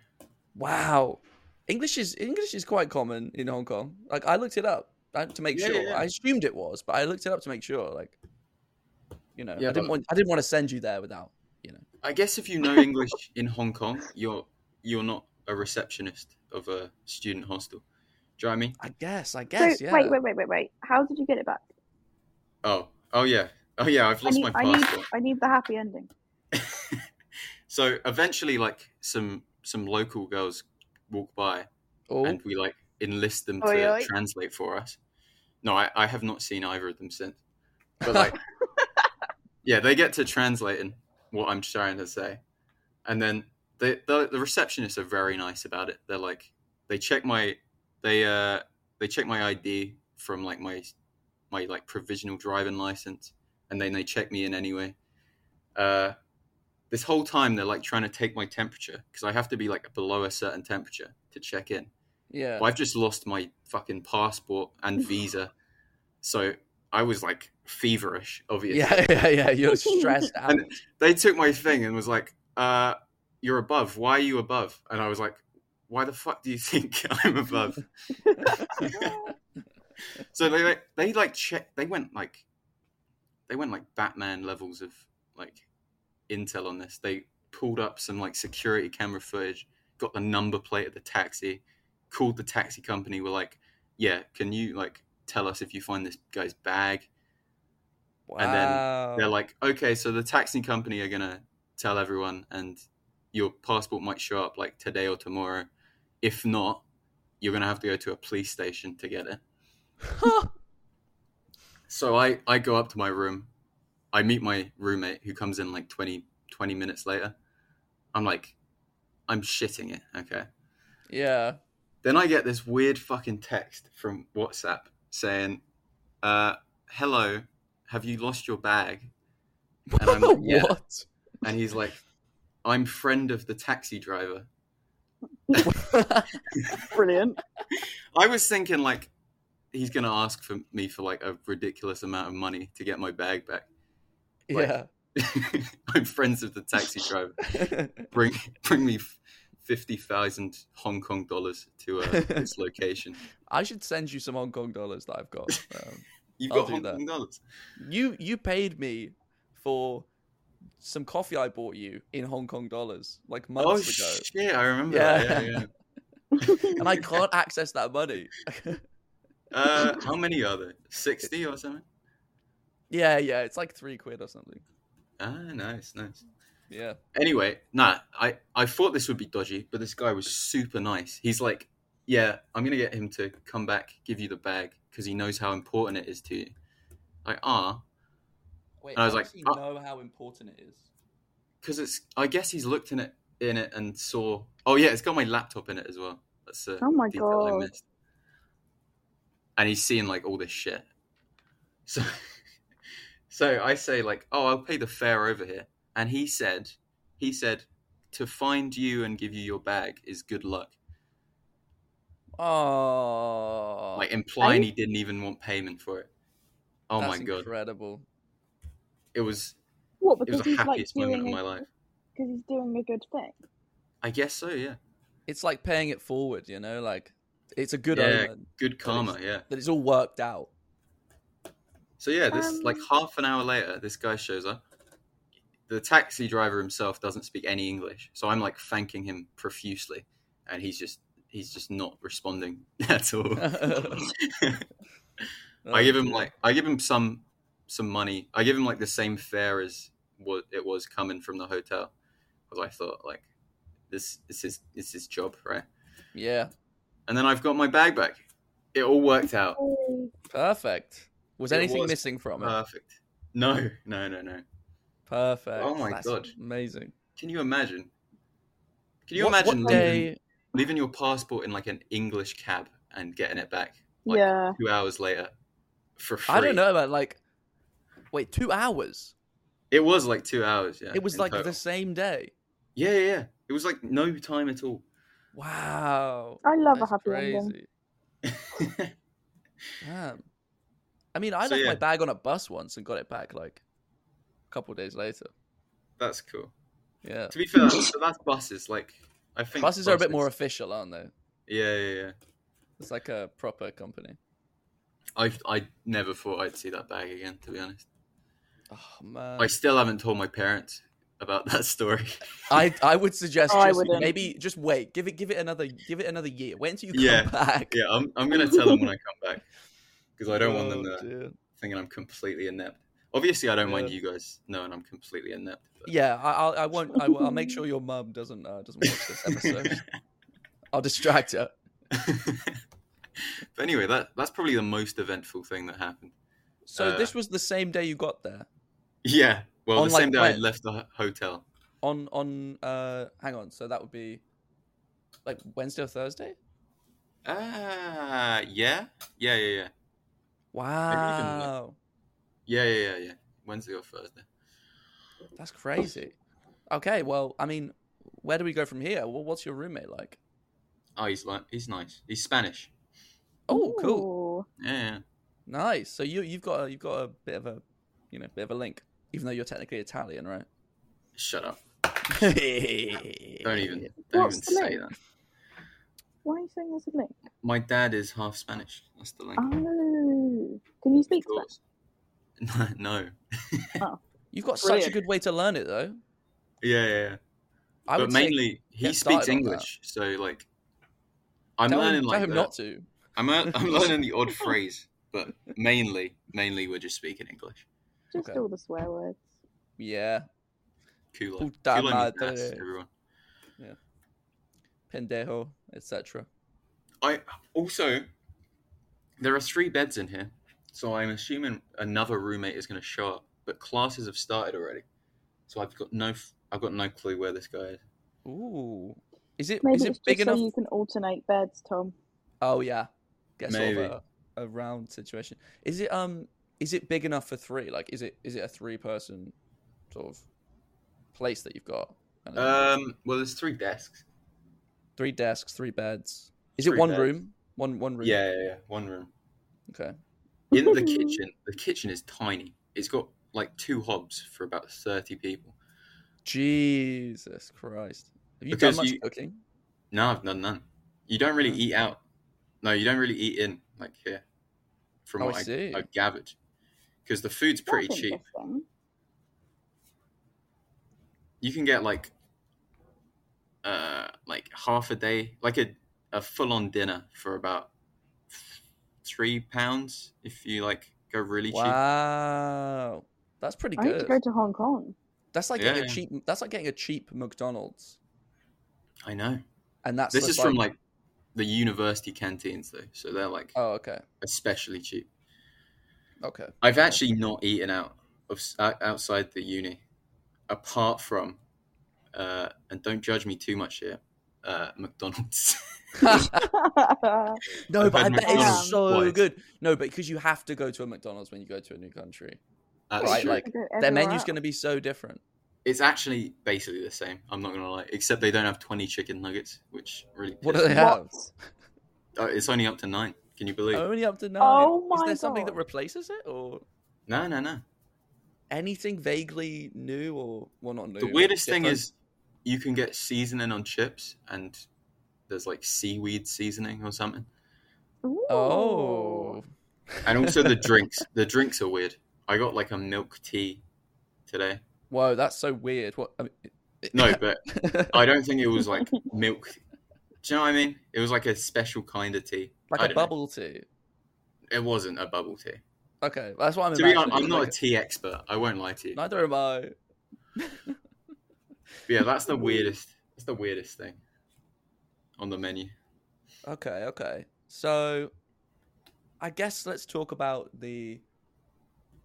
[SPEAKER 2] Wow. English is English is quite common in Hong Kong. Like I looked it up I, to make
[SPEAKER 1] Yeah, yeah,
[SPEAKER 2] sure.
[SPEAKER 1] yeah.
[SPEAKER 2] I assumed it was, but I looked it up to make sure. Like, you know,
[SPEAKER 1] Yeah,
[SPEAKER 2] I didn't
[SPEAKER 1] but-
[SPEAKER 2] want I didn't want to send you there without.
[SPEAKER 1] I guess if you
[SPEAKER 3] <laughs>
[SPEAKER 1] know English in Hong Kong, you're you're not a receptionist of a student hostel. Do you know what I mean?
[SPEAKER 2] I guess. I guess.
[SPEAKER 3] so
[SPEAKER 2] yeah.
[SPEAKER 3] wait, wait, wait, wait, wait. How did you get it back?
[SPEAKER 1] Oh, oh yeah, oh yeah. I've
[SPEAKER 3] I
[SPEAKER 1] lost
[SPEAKER 3] need,
[SPEAKER 1] my
[SPEAKER 3] I need,
[SPEAKER 1] passport.
[SPEAKER 3] I need the happy ending.
[SPEAKER 1] so eventually, like some some local girls walk by,
[SPEAKER 2] Oh,
[SPEAKER 1] and we like enlist them to
[SPEAKER 3] Oi, oi.
[SPEAKER 1] translate for us. No, I, I have not seen either of them since. But
[SPEAKER 3] <laughs>
[SPEAKER 1] like, yeah, they get to translating what I'm trying to say, and then they, the the receptionists are very nice about it. They're like, they check my they uh they check my ID from like my my like provisional driving license, and then they check me in anyway. Uh, this whole time they're like trying to take my temperature because I have to be like below a certain temperature to check in.
[SPEAKER 2] yeah.
[SPEAKER 1] Well, I've just lost my fucking passport and visa. so I was like feverish, obviously.
[SPEAKER 2] yeah, yeah, yeah.
[SPEAKER 1] <laughs>
[SPEAKER 2] You're stressed out.
[SPEAKER 1] And- They took my thing and was like, uh, you're above. Why are you above? And I was like, why the fuck do you <laughs> think I'm above? so they like they like check they went like they went like Batman levels of like intel on this. They pulled up some like security camera footage, got the number plate of the taxi, called the taxi company, were like, Yeah, can you like tell us if you find this guy's bag? and then
[SPEAKER 2] wow.
[SPEAKER 1] they're like, okay, so the taxi company are gonna tell everyone, and your passport might show up like today or tomorrow. If not, you're gonna have to go to a police station to get it. so I I go up to my room, I meet my roommate who comes in like 20, 20 minutes later. I'm like, I'm shitting it. Okay.
[SPEAKER 2] <laughs> yeah.
[SPEAKER 1] Then I get this weird fucking text from WhatsApp saying, uh, "Hello, have you lost your bag?" And I'm
[SPEAKER 2] <laughs>
[SPEAKER 1] like,
[SPEAKER 2] what?
[SPEAKER 1] yeah. and he's like, "I'm friend of the taxi driver."
[SPEAKER 3] Brilliant. <laughs>
[SPEAKER 1] I was thinking like he's gonna ask for me for like a ridiculous amount of money to get my bag back.
[SPEAKER 2] <laughs>
[SPEAKER 1] <laughs>
[SPEAKER 2] yeah.
[SPEAKER 1] I'm friends with the taxi driver. Bring bring me fifty thousand Hong Kong dollars to <laughs> uh, this location.
[SPEAKER 2] <laughs> I should send you some Hong Kong dollars that I've got. Um,
[SPEAKER 1] You've
[SPEAKER 2] I'll
[SPEAKER 1] got
[SPEAKER 2] do
[SPEAKER 1] Hong
[SPEAKER 2] that.
[SPEAKER 1] Kong dollars.
[SPEAKER 2] you you paid me for some coffee I bought you in Hong Kong dollars like
[SPEAKER 1] oh
[SPEAKER 2] months ago.
[SPEAKER 1] shit! I remember that. Yeah, yeah.
[SPEAKER 2] and I can't access that money.
[SPEAKER 1] Uh, how many are there? Sixty or something?
[SPEAKER 2] yeah, yeah, it's like three quid or something.
[SPEAKER 1] Ah, nice, nice.
[SPEAKER 2] Yeah.
[SPEAKER 1] anyway, nah, I, I thought this would be dodgy, but this guy was super nice. He's like, yeah, I'm gonna get him to come back, give you the bag, because he knows how important it is to you. Like, ah,
[SPEAKER 2] Wait,
[SPEAKER 1] And I was how like, does he "Oh."
[SPEAKER 2] know how important it is?
[SPEAKER 1] because it's. I guess he's looked in it in it and saw. Oh yeah, it's got my laptop in it as well. That's a
[SPEAKER 3] Oh my
[SPEAKER 1] detail I
[SPEAKER 3] God.
[SPEAKER 1] missed. And he's seeing like all this shit. <laughs> So, so I say like, oh, I'll pay the fare over here. And he said, he said, to find you and give you your bag is good luck.
[SPEAKER 2] Oh,
[SPEAKER 1] like implying he didn't even want payment for it. Oh my
[SPEAKER 2] that's
[SPEAKER 1] god,
[SPEAKER 2] incredible.
[SPEAKER 1] it was
[SPEAKER 3] What?
[SPEAKER 1] it
[SPEAKER 3] Because
[SPEAKER 1] was the
[SPEAKER 3] he's like
[SPEAKER 1] happiest moment
[SPEAKER 3] doing
[SPEAKER 1] of my
[SPEAKER 3] a-
[SPEAKER 1] life.
[SPEAKER 3] Because he's doing a good thing.
[SPEAKER 1] I guess so. Yeah,
[SPEAKER 2] It's like paying it forward, you know, like it's a good
[SPEAKER 1] Yeah.
[SPEAKER 2] omen
[SPEAKER 1] good karma. Yeah.
[SPEAKER 2] that it's all worked out. <laughs>
[SPEAKER 1] So yeah, this like
[SPEAKER 3] Um,
[SPEAKER 1] half an hour later, this guy shows up. The taxi driver himself doesn't speak any English, so I'm like thanking him profusely, and he's just he's just not responding <laughs> at
[SPEAKER 3] <laughs>
[SPEAKER 1] all.
[SPEAKER 3] Oh,
[SPEAKER 1] I give him like I give him some some money. I give him like the same fare as what it was coming from the hotel, because I thought like this this is this is job right.
[SPEAKER 2] yeah,
[SPEAKER 1] And then I've got my bag back. It all worked
[SPEAKER 2] Uh,
[SPEAKER 1] out
[SPEAKER 3] Oh,
[SPEAKER 2] perfect. Was
[SPEAKER 1] It
[SPEAKER 2] anything
[SPEAKER 1] was Uh,
[SPEAKER 2] missing from it?
[SPEAKER 1] perfect. No, no, no, no.
[SPEAKER 2] perfect.
[SPEAKER 1] oh my
[SPEAKER 2] That's
[SPEAKER 1] God.
[SPEAKER 2] amazing.
[SPEAKER 1] Can you imagine? Can you
[SPEAKER 2] What- what
[SPEAKER 1] imagine leaving,
[SPEAKER 2] day?
[SPEAKER 1] leaving your passport in like an English cab and getting it back Like-
[SPEAKER 3] yeah.
[SPEAKER 1] two hours later for free?
[SPEAKER 2] I don't know, but like, wait, two hours.
[SPEAKER 1] It was like two hours. Yeah,
[SPEAKER 2] It was
[SPEAKER 1] in
[SPEAKER 2] like
[SPEAKER 1] total.
[SPEAKER 2] the same day.
[SPEAKER 1] Yeah, yeah, yeah. It was like no time at all. <laughs>
[SPEAKER 2] Wow.
[SPEAKER 3] I love
[SPEAKER 2] That's
[SPEAKER 3] a happy
[SPEAKER 2] crazy.
[SPEAKER 3] ending.
[SPEAKER 2] Damn. I mean, I
[SPEAKER 1] So,
[SPEAKER 2] left
[SPEAKER 1] yeah.
[SPEAKER 2] my bag on a bus once and got it back like a couple days later.
[SPEAKER 1] That's cool.
[SPEAKER 2] Yeah.
[SPEAKER 1] To be fair, so that's buses. Like I think
[SPEAKER 2] Buses are a bit more official, aren't they?
[SPEAKER 1] Yeah, yeah, yeah.
[SPEAKER 2] It's like a proper company.
[SPEAKER 1] I I never thought I'd see that bag again. To be honest,
[SPEAKER 2] Oh man.
[SPEAKER 1] I still haven't told my parents about <laughs> that story.
[SPEAKER 2] I I would suggest
[SPEAKER 3] Oh, I
[SPEAKER 2] just
[SPEAKER 3] wouldn't.
[SPEAKER 2] maybe just wait. Give it give it another give it another year. Wait until you come
[SPEAKER 1] Yeah.
[SPEAKER 2] <laughs> back.
[SPEAKER 1] Yeah, I'm I'm gonna tell them when I come back because I don't want
[SPEAKER 2] <laughs>
[SPEAKER 1] them
[SPEAKER 2] Oh,
[SPEAKER 1] to
[SPEAKER 2] dear.
[SPEAKER 1] thinking I'm completely inept. Obviously, I don't mind
[SPEAKER 2] Yeah.
[SPEAKER 1] you guys knowing I'm completely inept. but-
[SPEAKER 2] Yeah, I I'll, I won't I, will- I'll
[SPEAKER 1] <laughs>
[SPEAKER 2] make sure your mum doesn't uh, doesn't watch this episode. I'll distract her.
[SPEAKER 1] <laughs> but anyway, that that's probably the most eventful thing that happened.
[SPEAKER 2] So
[SPEAKER 1] Uh,
[SPEAKER 2] this was the same day you got there.
[SPEAKER 1] Yeah. Well,
[SPEAKER 2] On,
[SPEAKER 1] the
[SPEAKER 2] like,
[SPEAKER 1] same day I
[SPEAKER 2] when?
[SPEAKER 1] left the ho- hotel.
[SPEAKER 2] On on uh hang on, so that would be like Wednesday or Thursday?
[SPEAKER 1] Ah, yeah, yeah, yeah, yeah, like-
[SPEAKER 2] Wow.
[SPEAKER 1] yeah, yeah, yeah, yeah. Wednesday or Thursday.
[SPEAKER 2] That's crazy. Okay, well, I mean, where do we go from here? Wh- What's your roommate like?
[SPEAKER 1] Oh, he's like he's nice. He's Spanish.
[SPEAKER 2] Oh, cool.
[SPEAKER 1] Yeah, yeah.
[SPEAKER 2] Nice. So you you've got a, you've got a bit of a you know bit of a link, even though you're technically Italian,
[SPEAKER 1] <laughs>
[SPEAKER 2] right?
[SPEAKER 1] Shut up.
[SPEAKER 2] don't
[SPEAKER 1] Don't even.
[SPEAKER 2] even.
[SPEAKER 1] Don't
[SPEAKER 3] What's
[SPEAKER 1] even
[SPEAKER 3] the
[SPEAKER 1] say
[SPEAKER 3] link?
[SPEAKER 1] that.
[SPEAKER 3] Why are you saying there's a link?
[SPEAKER 1] My dad is half Spanish. That's the link.
[SPEAKER 3] Oh, can you
[SPEAKER 1] Of
[SPEAKER 3] speak to
[SPEAKER 1] course. No, <laughs> no.
[SPEAKER 2] You've got such a
[SPEAKER 3] Brilliant.
[SPEAKER 2] good way to learn it, though.
[SPEAKER 1] Yeah, yeah. yeah.
[SPEAKER 2] I
[SPEAKER 1] but
[SPEAKER 2] would say
[SPEAKER 1] mainly he
[SPEAKER 2] get started
[SPEAKER 1] speaks
[SPEAKER 2] on that.
[SPEAKER 1] English, so like I'm
[SPEAKER 2] tell
[SPEAKER 1] learning
[SPEAKER 2] him,
[SPEAKER 1] like
[SPEAKER 2] tell him
[SPEAKER 1] the-
[SPEAKER 2] not to.
[SPEAKER 1] I'm lear-
[SPEAKER 2] <laughs>
[SPEAKER 1] I'm learning the odd phrase, but mainly mainly we're just speaking English.
[SPEAKER 3] it? Just
[SPEAKER 2] Okay.
[SPEAKER 3] all the swear words.
[SPEAKER 2] Yeah,
[SPEAKER 1] Culo.
[SPEAKER 2] Puta
[SPEAKER 1] Culo means ass,
[SPEAKER 2] madre.
[SPEAKER 1] everyone.
[SPEAKER 2] pendejo, etc.
[SPEAKER 1] I also there are three beds in here, so I'm assuming another roommate is going to show up. But classes have started already, so I've got no f- I've got no clue where this guy is.
[SPEAKER 2] Ooh, is it is
[SPEAKER 3] Maybe
[SPEAKER 2] it
[SPEAKER 3] it's
[SPEAKER 2] big
[SPEAKER 3] just
[SPEAKER 2] enough?
[SPEAKER 3] so you can alternate beds, Tom.
[SPEAKER 2] Oh yeah, get
[SPEAKER 1] Maybe.
[SPEAKER 2] sort of a, a round situation. Is it um is it big enough for three? Like, is it is it a three person sort of place that you've got? Kind of thing?
[SPEAKER 1] Um, well, there's three desks.
[SPEAKER 2] three desks, three beds. Is it
[SPEAKER 1] three
[SPEAKER 2] one
[SPEAKER 1] beds.
[SPEAKER 2] room? One one room.
[SPEAKER 1] Yeah, yeah, yeah, one room.
[SPEAKER 2] Okay.
[SPEAKER 1] in the kitchen the kitchen is tiny it's got like two hobs for about 30 people
[SPEAKER 2] Jesus Christ. Have you
[SPEAKER 1] Because
[SPEAKER 2] done much
[SPEAKER 1] you-
[SPEAKER 2] cooking?
[SPEAKER 1] no i've done none you don't really
[SPEAKER 2] Oh.
[SPEAKER 1] eat out no you don't really eat in like here from
[SPEAKER 2] Oh,
[SPEAKER 1] what
[SPEAKER 2] I
[SPEAKER 1] I
[SPEAKER 2] see.
[SPEAKER 1] have gathered because the food's pretty
[SPEAKER 3] That's
[SPEAKER 1] cheap
[SPEAKER 3] interesting.
[SPEAKER 1] you can get like uh like half a day like a, a full-on dinner for about three pounds if you like go really cheap
[SPEAKER 2] Wow, that's pretty
[SPEAKER 3] I need to
[SPEAKER 2] good.
[SPEAKER 3] go to Hong
[SPEAKER 2] <laughs>
[SPEAKER 3] Kong. <laughs>
[SPEAKER 2] That's like
[SPEAKER 1] Yeah,
[SPEAKER 2] getting a
[SPEAKER 1] yeah.
[SPEAKER 2] cheap. That's like getting a cheap McDonald's,
[SPEAKER 1] i know
[SPEAKER 2] and that's
[SPEAKER 1] this
[SPEAKER 2] just
[SPEAKER 1] is from like the university canteens though so they're like
[SPEAKER 2] Oh, okay,
[SPEAKER 1] especially cheap
[SPEAKER 2] okay.
[SPEAKER 1] I've actually not eaten out of o- outside the uni, apart from, uh, and don't judge me too much here, uh, <laughs> McDonald's.
[SPEAKER 2] no,
[SPEAKER 1] I've
[SPEAKER 2] but I
[SPEAKER 1] had
[SPEAKER 2] bet it's
[SPEAKER 3] McDonald's
[SPEAKER 2] so
[SPEAKER 1] twice.
[SPEAKER 2] good. No, but because you have to go to a McDonald's when you go to a new country,
[SPEAKER 1] That's
[SPEAKER 2] Right,
[SPEAKER 1] true.
[SPEAKER 2] like, their menu's going to be so different.
[SPEAKER 1] it's actually basically the same. I'm not gonna lie, except they don't have 20 chicken nuggets, which really.
[SPEAKER 2] What
[SPEAKER 1] pisses
[SPEAKER 2] do they
[SPEAKER 1] me
[SPEAKER 2] have?
[SPEAKER 1] off. Uh, it's only up to nine. Can you believe?
[SPEAKER 2] Only up to nine.
[SPEAKER 3] Oh
[SPEAKER 2] Is
[SPEAKER 3] my
[SPEAKER 2] there something that
[SPEAKER 3] God.
[SPEAKER 2] replaces it, or
[SPEAKER 1] No, no, no.
[SPEAKER 2] anything vaguely new, or well, not new?
[SPEAKER 1] The
[SPEAKER 2] but
[SPEAKER 1] weirdest thing
[SPEAKER 2] different?
[SPEAKER 1] is, you can get seasoning on chips, and there's like seaweed seasoning or something.
[SPEAKER 2] Oh.
[SPEAKER 1] And also
[SPEAKER 2] <laughs>
[SPEAKER 1] the drinks. The drinks are weird. I got like a milk tea today.
[SPEAKER 2] Whoa, that's so weird. What? I mean, <laughs>
[SPEAKER 1] No, but I don't think it was like milk. Do you know what I mean? It was like a special kind of tea. I
[SPEAKER 2] like a
[SPEAKER 1] don't know.
[SPEAKER 2] bubble tea.
[SPEAKER 1] It wasn't a bubble tea.
[SPEAKER 2] Okay, that's what I'm.
[SPEAKER 1] to be honest,
[SPEAKER 2] imagining,
[SPEAKER 1] I'm not
[SPEAKER 2] like
[SPEAKER 1] a tea expert. I won't lie to you.
[SPEAKER 2] Neither am I.
[SPEAKER 1] But yeah, that's the weirdest. That's the weirdest thing on the menu.
[SPEAKER 2] Okay, okay. So I guess let's talk about the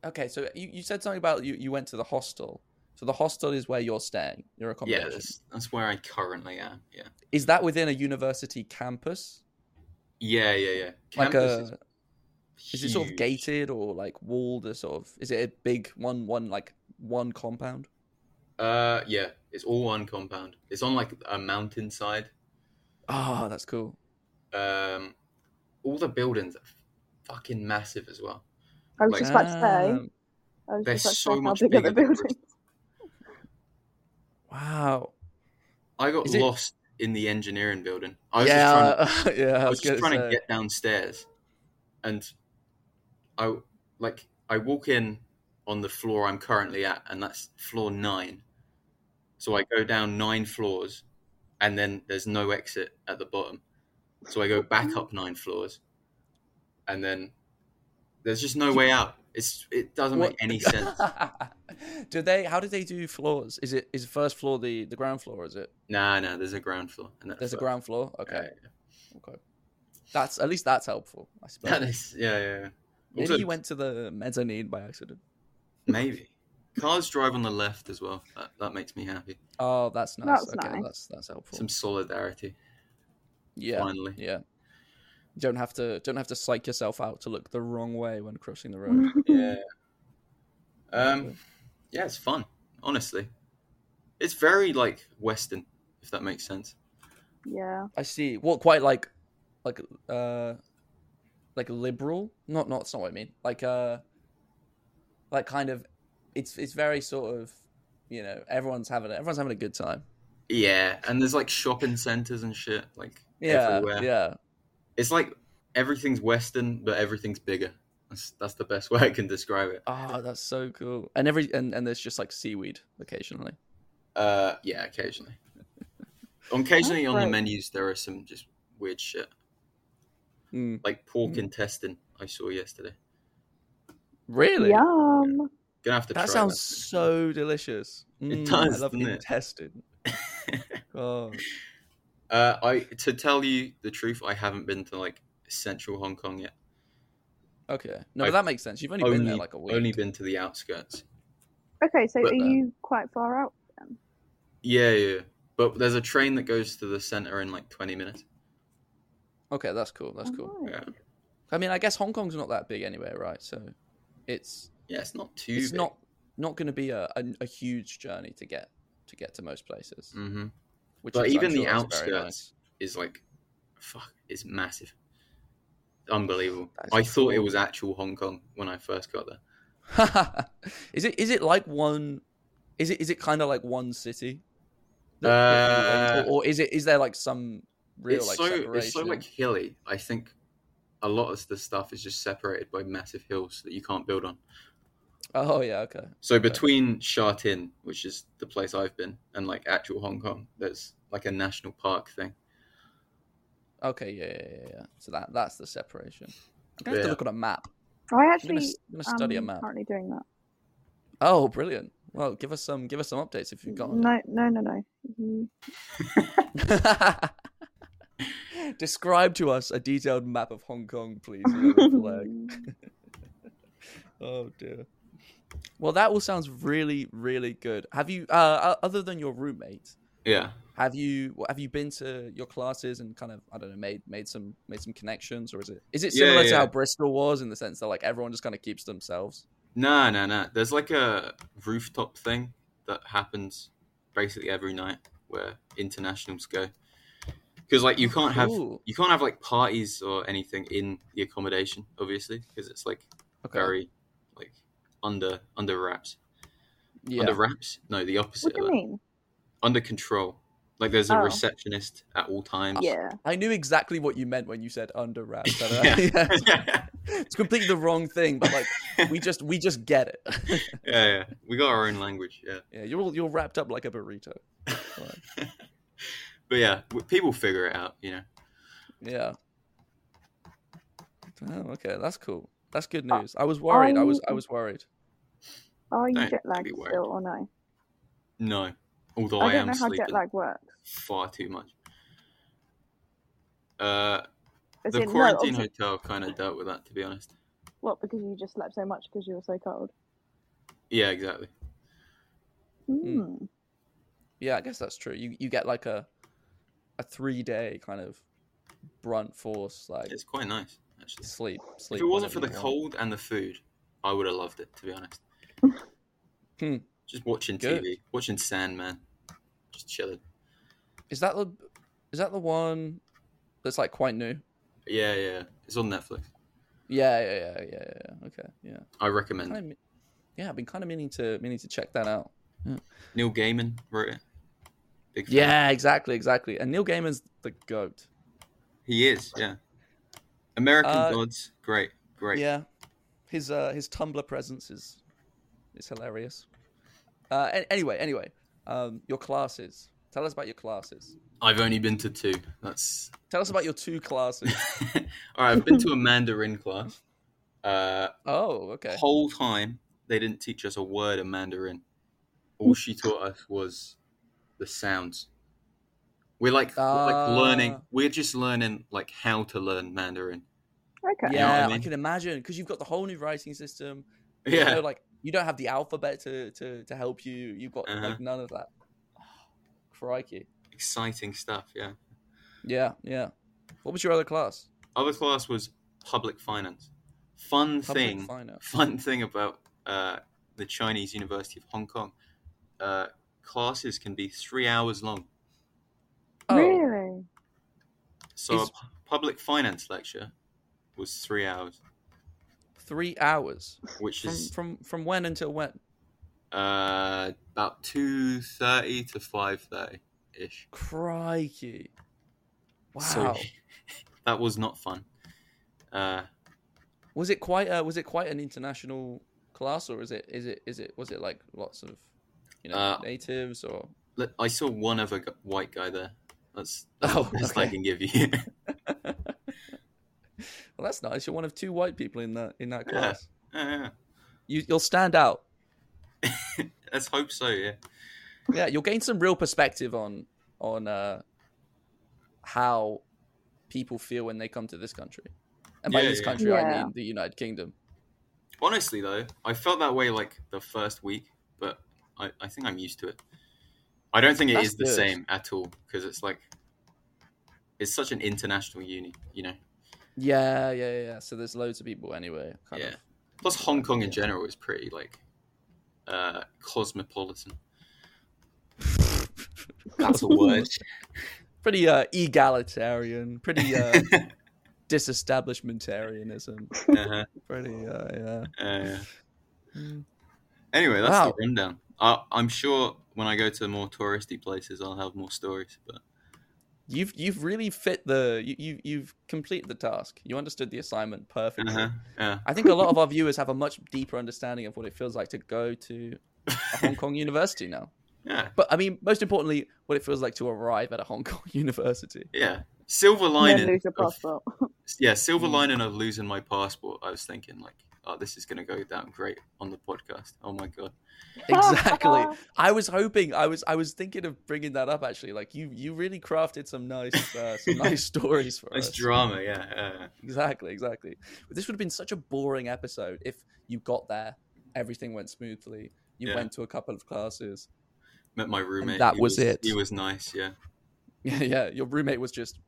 [SPEAKER 2] Okay, so you, you said something about you, you went to the hostel. So the hostel is where you're staying, your
[SPEAKER 1] Yeah,
[SPEAKER 2] accommodation.
[SPEAKER 1] that's, that's where I currently am. Yeah,
[SPEAKER 2] Is that within a university campus?
[SPEAKER 1] yeah, yeah, yeah.
[SPEAKER 2] Like
[SPEAKER 1] Campus
[SPEAKER 2] a is it sort of
[SPEAKER 1] huge.
[SPEAKER 2] gated or like walled or sort of is it a big one one like one compound?
[SPEAKER 1] Uh, yeah, it's all one compound. It's on like a mountainside.
[SPEAKER 2] Ah, that's cool.
[SPEAKER 1] Um, all the buildings are fucking massive as well.
[SPEAKER 3] I was
[SPEAKER 1] Like-
[SPEAKER 3] just about to say.
[SPEAKER 2] Damn.
[SPEAKER 3] I was
[SPEAKER 1] They're
[SPEAKER 3] just about to
[SPEAKER 1] so
[SPEAKER 3] say how
[SPEAKER 1] much
[SPEAKER 3] big are the
[SPEAKER 1] bigger than
[SPEAKER 3] buildings.
[SPEAKER 1] Bristol.
[SPEAKER 2] Wow.
[SPEAKER 1] I got
[SPEAKER 2] Is it-
[SPEAKER 1] lost in the engineering building. I was just trying
[SPEAKER 2] yeah,
[SPEAKER 1] to,
[SPEAKER 2] yeah. <laughs> I
[SPEAKER 1] I
[SPEAKER 2] was
[SPEAKER 1] was just
[SPEAKER 2] gonna
[SPEAKER 1] trying to
[SPEAKER 2] say.
[SPEAKER 1] get downstairs, and I like I walk in on the floor I'm currently at, and that's floor nine. So I go down nine floors, and then there's no exit at the bottom. So I go back up nine floors, and then there's just no way out. It's it doesn't
[SPEAKER 2] What-
[SPEAKER 1] make
[SPEAKER 2] <laughs>
[SPEAKER 1] any sense.
[SPEAKER 2] do they? How do they do floors? Is it is the first floor the the ground floor? Or is it?
[SPEAKER 1] nah, nah. There's a ground floor, and that's
[SPEAKER 2] There's a
[SPEAKER 1] what- <laughs>
[SPEAKER 2] ground floor. Okay,
[SPEAKER 1] Yeah,
[SPEAKER 2] okay. That's at least that's helpful. I suppose.
[SPEAKER 1] That is, yeah, yeah. yeah.
[SPEAKER 2] <laughs> Maybe
[SPEAKER 1] Also-
[SPEAKER 2] you went <laughs> to the mezzanine by accident.
[SPEAKER 1] Maybe. Cars drive on the left as well. That, that makes me happy.
[SPEAKER 2] Oh, that's nice.
[SPEAKER 3] That's
[SPEAKER 2] okay,
[SPEAKER 3] nice.
[SPEAKER 2] that's that's helpful.
[SPEAKER 1] Some solidarity,
[SPEAKER 2] yeah,
[SPEAKER 1] finally.
[SPEAKER 2] yeah. You don't have to don't have to psych yourself out to look the wrong way when crossing the road.
[SPEAKER 3] <laughs>
[SPEAKER 1] Yeah. Um, yeah, it's fun, honestly. It's very, like, Western, if that makes sense.
[SPEAKER 3] yeah.
[SPEAKER 2] I see. What quite like like uh like liberal? Not not that's not what I mean. Like uh like kind of it's it's very sort of you know, everyone's having everyone's having a good time.
[SPEAKER 1] Yeah, and there's, like, shopping centers and shit, like,
[SPEAKER 2] Yeah.
[SPEAKER 1] everywhere.
[SPEAKER 2] Yeah.
[SPEAKER 1] It's like everything's Western, but everything's bigger. That's, that's the best <laughs> way I can describe it.
[SPEAKER 2] Oh, that's so cool. And every and, and there's just like seaweed occasionally.
[SPEAKER 1] Uh, yeah, occasionally. occasionally on the
[SPEAKER 3] Right.
[SPEAKER 1] menus, there are some just weird shit,
[SPEAKER 2] Mm.
[SPEAKER 1] like pork
[SPEAKER 2] Mm.
[SPEAKER 1] intestine I saw yesterday.
[SPEAKER 2] Really?
[SPEAKER 3] Yum.
[SPEAKER 1] Gonna have to
[SPEAKER 2] That
[SPEAKER 1] try
[SPEAKER 2] sounds so delicious. Mm,
[SPEAKER 1] does,
[SPEAKER 2] I love
[SPEAKER 1] doesn't it? <laughs>
[SPEAKER 2] intestine. oh,
[SPEAKER 1] Uh, I to tell you the truth, I haven't been to like central Hong Kong yet.
[SPEAKER 2] okay. No,
[SPEAKER 1] I've
[SPEAKER 2] but that makes sense. You've only, been there like a week.
[SPEAKER 1] Only been to the outskirts.
[SPEAKER 3] Okay, so
[SPEAKER 1] But,
[SPEAKER 3] are
[SPEAKER 1] uh,
[SPEAKER 3] you quite far out?
[SPEAKER 1] Yeah, yeah. But there's a train that goes to the center in like 20 minutes.
[SPEAKER 2] Okay, that's cool. That's cool.
[SPEAKER 1] Yeah,
[SPEAKER 2] I mean, I guess Hong Kong's not that big anyway, right? So it's
[SPEAKER 1] yeah. It's not too.
[SPEAKER 2] it's not not going to be a, a a huge journey to get to get to most places.
[SPEAKER 1] hmm
[SPEAKER 2] Which
[SPEAKER 1] But
[SPEAKER 2] is, I'm
[SPEAKER 1] even the
[SPEAKER 2] sure that's very
[SPEAKER 1] outskirts is like, fuck. It's massive. Unbelievable.
[SPEAKER 2] That's
[SPEAKER 1] I thought it
[SPEAKER 2] cool.
[SPEAKER 1] was actual Hong Kong when I first got there.
[SPEAKER 2] nice. <laughs> is it is it like one? Is it is it kind of like one city? that- that you
[SPEAKER 1] Uh,
[SPEAKER 2] own? or, or is it is there like some real
[SPEAKER 1] it's
[SPEAKER 2] like
[SPEAKER 1] so
[SPEAKER 2] separation?
[SPEAKER 1] it's so like hilly. I think a lot of the stuff is just separated by massive hills that you can't build on.
[SPEAKER 2] oh yeah, okay.
[SPEAKER 1] So between Sha Tin, which is the place I've been, and like actual Hong Kong, there's like a national park thing.
[SPEAKER 2] Okay, yeah, yeah, yeah, yeah. So that that's the separation. I'm gonna have to
[SPEAKER 1] Yeah.
[SPEAKER 2] look on a map.
[SPEAKER 3] I
[SPEAKER 2] I'm gonna,
[SPEAKER 3] actually um,
[SPEAKER 2] s- I'm gonna study
[SPEAKER 3] am
[SPEAKER 2] a map.
[SPEAKER 3] currently doing that.
[SPEAKER 2] Oh, brilliant! Well, give us some give us some updates if you've got. on it.
[SPEAKER 3] No, no, no, no.
[SPEAKER 2] <laughs>
[SPEAKER 3] You-
[SPEAKER 2] <laughs> Describe to us a detailed map of Hong Kong, please. yellow
[SPEAKER 1] <laughs>
[SPEAKER 2] flag.
[SPEAKER 3] <laughs>
[SPEAKER 2] <laughs> Oh dear. Well, that all sounds really, really good. Have you, uh, o- other than your roommate,
[SPEAKER 1] Yeah.
[SPEAKER 2] have you have you been to your classes and kind of I don't know made made some made some connections or is it is it
[SPEAKER 1] Yeah,
[SPEAKER 2] similar to
[SPEAKER 1] yeah.
[SPEAKER 2] how Bristol was in the sense that like everyone just kind of keeps to themselves?
[SPEAKER 1] No, no, no. There's like a rooftop thing that happens basically every night where internationals go. Because like you can't have
[SPEAKER 2] Cool.
[SPEAKER 1] you can't have like parties or anything in the accommodation, obviously, because it's like
[SPEAKER 2] Okay.
[SPEAKER 1] very like under under wraps.
[SPEAKER 2] yeah.
[SPEAKER 1] Under wraps? No, the opposite
[SPEAKER 3] what
[SPEAKER 1] of
[SPEAKER 3] do you
[SPEAKER 1] that.
[SPEAKER 3] mean?
[SPEAKER 1] Under control. Like there's a
[SPEAKER 3] Oh.
[SPEAKER 1] receptionist at all times.
[SPEAKER 3] Yeah.
[SPEAKER 2] I knew exactly what you meant when you said under wraps. I don't know.
[SPEAKER 1] Yeah.
[SPEAKER 2] Yeah.
[SPEAKER 1] <laughs> yeah.
[SPEAKER 2] <laughs> It's completely the wrong thing, but like we just we just get it. <laughs>
[SPEAKER 1] yeah, yeah. We got our own language, yeah.
[SPEAKER 2] yeah, you're all, you're wrapped up like a burrito. Right.
[SPEAKER 1] But yeah, w- people figure it out, you know.
[SPEAKER 2] Yeah. Oh, okay, that's cool. That's good
[SPEAKER 1] Uh,
[SPEAKER 2] news. I was worried. I was I
[SPEAKER 3] I'm-
[SPEAKER 2] was worried.
[SPEAKER 3] Are you
[SPEAKER 1] Don't
[SPEAKER 3] jet lagged
[SPEAKER 1] be worried.
[SPEAKER 3] still or no?
[SPEAKER 1] No.
[SPEAKER 2] Oh,
[SPEAKER 1] Although
[SPEAKER 3] I
[SPEAKER 1] I,
[SPEAKER 3] don't
[SPEAKER 1] am
[SPEAKER 3] know how
[SPEAKER 1] sleeping
[SPEAKER 3] jet lag works.
[SPEAKER 1] far too much. Uh,
[SPEAKER 3] As
[SPEAKER 1] the
[SPEAKER 3] in, no,
[SPEAKER 1] quarantine
[SPEAKER 3] obviously-
[SPEAKER 1] hotel kind of dealt with that, to be honest.
[SPEAKER 3] What? Because you just slept so much because you were so cold.
[SPEAKER 1] Yeah, exactly.
[SPEAKER 2] Mm.
[SPEAKER 3] Hmm.
[SPEAKER 2] Yeah, I guess that's true. You you get like a a three day kind of brunt force like
[SPEAKER 1] It's quite nice, actually.
[SPEAKER 2] sleep sleep.
[SPEAKER 1] If it wasn't for the
[SPEAKER 2] whenever you want.
[SPEAKER 1] cold and the food, I would have loved it, to be honest.
[SPEAKER 2] Hmm.
[SPEAKER 1] Just watching
[SPEAKER 2] Good.
[SPEAKER 1] TV, watching Sandman, just chilling.
[SPEAKER 2] is that the is that the one that's like quite new?
[SPEAKER 1] Yeah, yeah. It's on Netflix.
[SPEAKER 2] Yeah, yeah, yeah, yeah, yeah, yeah. Okay, yeah.
[SPEAKER 1] I recommend
[SPEAKER 2] Kind
[SPEAKER 1] it.
[SPEAKER 2] of, mi- yeah, I've been kind of meaning to meaning to check that out.
[SPEAKER 1] Neil Gaiman wrote it. Big fan.
[SPEAKER 2] Yeah, exactly, exactly. And Neil Gaiman's the goat.
[SPEAKER 1] He is, yeah. American
[SPEAKER 2] Uh,
[SPEAKER 1] Gods, great, great.
[SPEAKER 2] Yeah, his uh, his Tumblr presence is is hilarious. Uh, a- anyway, anyway, um, your classes. Tell us about your classes.
[SPEAKER 1] I've only been to two. That's <laughs>
[SPEAKER 2] Tell us about your two classes.
[SPEAKER 1] all right. I've been to a Mandarin class. Uh,
[SPEAKER 2] oh, okay.
[SPEAKER 1] Whole time they didn't teach us a word of Mandarin. All she taught us was the sounds. We're like, we're like learning.
[SPEAKER 2] Ah.
[SPEAKER 1] We're just learning like how to learn Mandarin. <laughs>
[SPEAKER 3] Okay.
[SPEAKER 1] You know
[SPEAKER 2] Yeah,
[SPEAKER 1] what I
[SPEAKER 2] I,
[SPEAKER 1] mean?
[SPEAKER 2] can imagine because you've got the whole new writing system.
[SPEAKER 1] <laughs>
[SPEAKER 2] you
[SPEAKER 1] Yeah,
[SPEAKER 2] know, like you don't have the alphabet to to, to help you. You've got
[SPEAKER 1] Uh-huh.
[SPEAKER 2] like none of that. <sighs> Crikey.
[SPEAKER 1] exciting stuff. Yeah.
[SPEAKER 2] Yeah, yeah. What was your other class?
[SPEAKER 1] Other class was public finance. Fun
[SPEAKER 2] Public
[SPEAKER 1] thing.
[SPEAKER 2] finance.
[SPEAKER 1] <laughs> fun thing about uh, the Chinese University of Hong Kong, uh, classes can be three hours long.
[SPEAKER 2] Oh,
[SPEAKER 3] Really?
[SPEAKER 1] So a
[SPEAKER 2] Is-
[SPEAKER 1] pu- public finance lecture was three hours,
[SPEAKER 2] three hours
[SPEAKER 1] which
[SPEAKER 2] from
[SPEAKER 1] is
[SPEAKER 2] from from when until when?
[SPEAKER 1] uh, about two thirty to five thirty ish.
[SPEAKER 2] Crikey! Wow.
[SPEAKER 1] <laughs> that was not fun. Uh,
[SPEAKER 2] Was it quite a, was it quite an international class or is it is it is it was it like lots of you know
[SPEAKER 1] Uh,
[SPEAKER 2] natives or
[SPEAKER 1] let- I saw one other gu- white guy there. That's, that's
[SPEAKER 2] Oh,
[SPEAKER 1] the best I
[SPEAKER 2] okay.
[SPEAKER 1] can give you. <laughs>
[SPEAKER 2] Well, that's nice. You're one of two white people in that in that
[SPEAKER 1] Yeah.
[SPEAKER 2] class.
[SPEAKER 1] Uh,
[SPEAKER 2] You you'll stand out.
[SPEAKER 1] <laughs> let's hope so. Yeah.
[SPEAKER 2] yeah you'll gain some real perspective on on uh how people feel when they come to this country and by
[SPEAKER 1] Yeah,
[SPEAKER 2] this
[SPEAKER 1] yeah.
[SPEAKER 2] country i
[SPEAKER 3] Yeah.
[SPEAKER 2] mean the united kingdom
[SPEAKER 1] Honestly, though, I felt that way like the first week, but I, I think I'm used to it. I don't think it is
[SPEAKER 2] That's
[SPEAKER 1] the
[SPEAKER 2] good.
[SPEAKER 1] same at all because it's like it's such an international uni, you know.
[SPEAKER 2] yeah yeah yeah, yeah so there's loads of people anyway kind
[SPEAKER 1] Yeah.
[SPEAKER 2] of
[SPEAKER 1] Plus, Hong Kong in
[SPEAKER 2] Yeah.
[SPEAKER 1] general is pretty like uh, cosmopolitan. That's a
[SPEAKER 2] <laughs>
[SPEAKER 1] word.
[SPEAKER 2] pretty uh egalitarian pretty <laughs> uh disestablishmentarianism
[SPEAKER 1] uh-huh.
[SPEAKER 2] pretty uh yeah
[SPEAKER 1] uh,
[SPEAKER 2] Mm.
[SPEAKER 1] anyway, that's
[SPEAKER 2] Wow.
[SPEAKER 1] the rundown. I, I'm sure when I go to more touristy places, I'll have more stories. But
[SPEAKER 2] you've you've really fit the you, you you've completed the task you understood the assignment perfectly
[SPEAKER 1] uh-huh. yeah,
[SPEAKER 2] I think a lot of our viewers have a much deeper understanding of what it feels like to go to a Hong <laughs> Kong university now.
[SPEAKER 1] yeah,
[SPEAKER 2] But I mean, most importantly, what it feels like to arrive at a Hong Kong <laughs> university.
[SPEAKER 1] yeah. Silver
[SPEAKER 3] Then
[SPEAKER 1] lining.
[SPEAKER 3] lose your
[SPEAKER 1] of-
[SPEAKER 3] passport.
[SPEAKER 1] yeah, silver
[SPEAKER 2] Mm.
[SPEAKER 1] lining of losing my passport. I was thinking like, oh, this is gonna go down great on the podcast. Oh my god.
[SPEAKER 3] <laughs>
[SPEAKER 2] Exactly. I was hoping. I was. I was thinking of bringing that up actually. Like you, you really crafted some nice, uh, <laughs> some nice stories for
[SPEAKER 1] That's
[SPEAKER 2] us.
[SPEAKER 1] drama, yeah. uh,
[SPEAKER 2] Exactly. Exactly. This would have been such a boring episode if you got there, everything went smoothly. You
[SPEAKER 1] Yeah.
[SPEAKER 2] went to a couple of classes. <laughs>
[SPEAKER 1] Met my roommate.
[SPEAKER 2] that
[SPEAKER 1] he
[SPEAKER 2] was it.
[SPEAKER 1] He was nice, yeah.
[SPEAKER 2] Yeah, yeah. Your roommate was just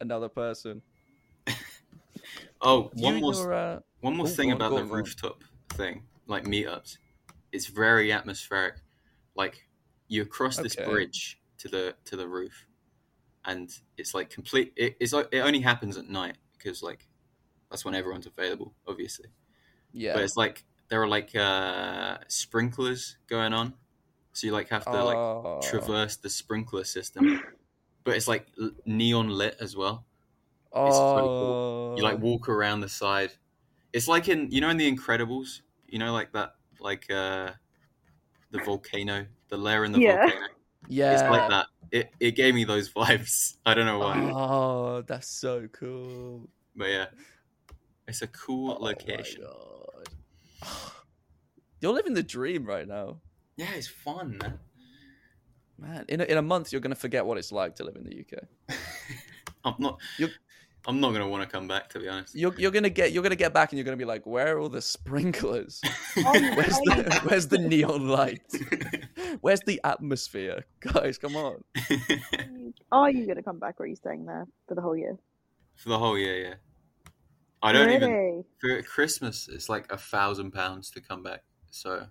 [SPEAKER 2] another person.
[SPEAKER 1] Oh, one
[SPEAKER 2] You-
[SPEAKER 1] more
[SPEAKER 2] your, uh,
[SPEAKER 1] one more
[SPEAKER 2] oh,
[SPEAKER 1] thing
[SPEAKER 2] go on,
[SPEAKER 1] about
[SPEAKER 2] go
[SPEAKER 1] the
[SPEAKER 2] on, go on.
[SPEAKER 1] rooftop thing, like meetups. It's very atmospheric. Like you cross this
[SPEAKER 2] Okay.
[SPEAKER 1] bridge to the to the roof, and it's like complete. It, it's like, it only happens at night because like that's when everyone's available, obviously.
[SPEAKER 2] yeah.
[SPEAKER 1] but it's like there are like uh sprinklers going on so you like have to like
[SPEAKER 2] Oh.
[SPEAKER 1] traverse the sprinkler system but it's like l- neon lit as well It's pretty you like
[SPEAKER 2] Oh.
[SPEAKER 1] walk around the side it's like in you know in the incredibles you know like that like uh the volcano the lair in the
[SPEAKER 3] Yeah.
[SPEAKER 1] volcano
[SPEAKER 2] yeah.
[SPEAKER 1] it's like that it, it gave me those <laughs> vibes i don't know why
[SPEAKER 2] Oh, that's so cool.
[SPEAKER 1] but yeah it's a cool
[SPEAKER 2] Oh my
[SPEAKER 1] location
[SPEAKER 2] God. <sighs> You're living the dream right now.
[SPEAKER 1] yeah it's fun man
[SPEAKER 2] Man, in a, in a month you're gonna forget what it's like to live in the UK.
[SPEAKER 1] i'm not
[SPEAKER 2] You-
[SPEAKER 1] i'm not gonna want to come back to be <laughs> honest
[SPEAKER 2] You're, you're gonna get you're gonna get back and you're gonna be like, where are all
[SPEAKER 1] <laughs>
[SPEAKER 2] the sprinklers? <laughs> Where's the
[SPEAKER 3] Oh,
[SPEAKER 2] where's the neon light? Where's the atmosphere, <laughs> guys? Come on.
[SPEAKER 3] Are you going to come back or are you staying there for the whole year?
[SPEAKER 1] For the whole year, yeah. I don't even
[SPEAKER 3] Really?
[SPEAKER 1] for Christmas. It's like a thousand pounds to come back, so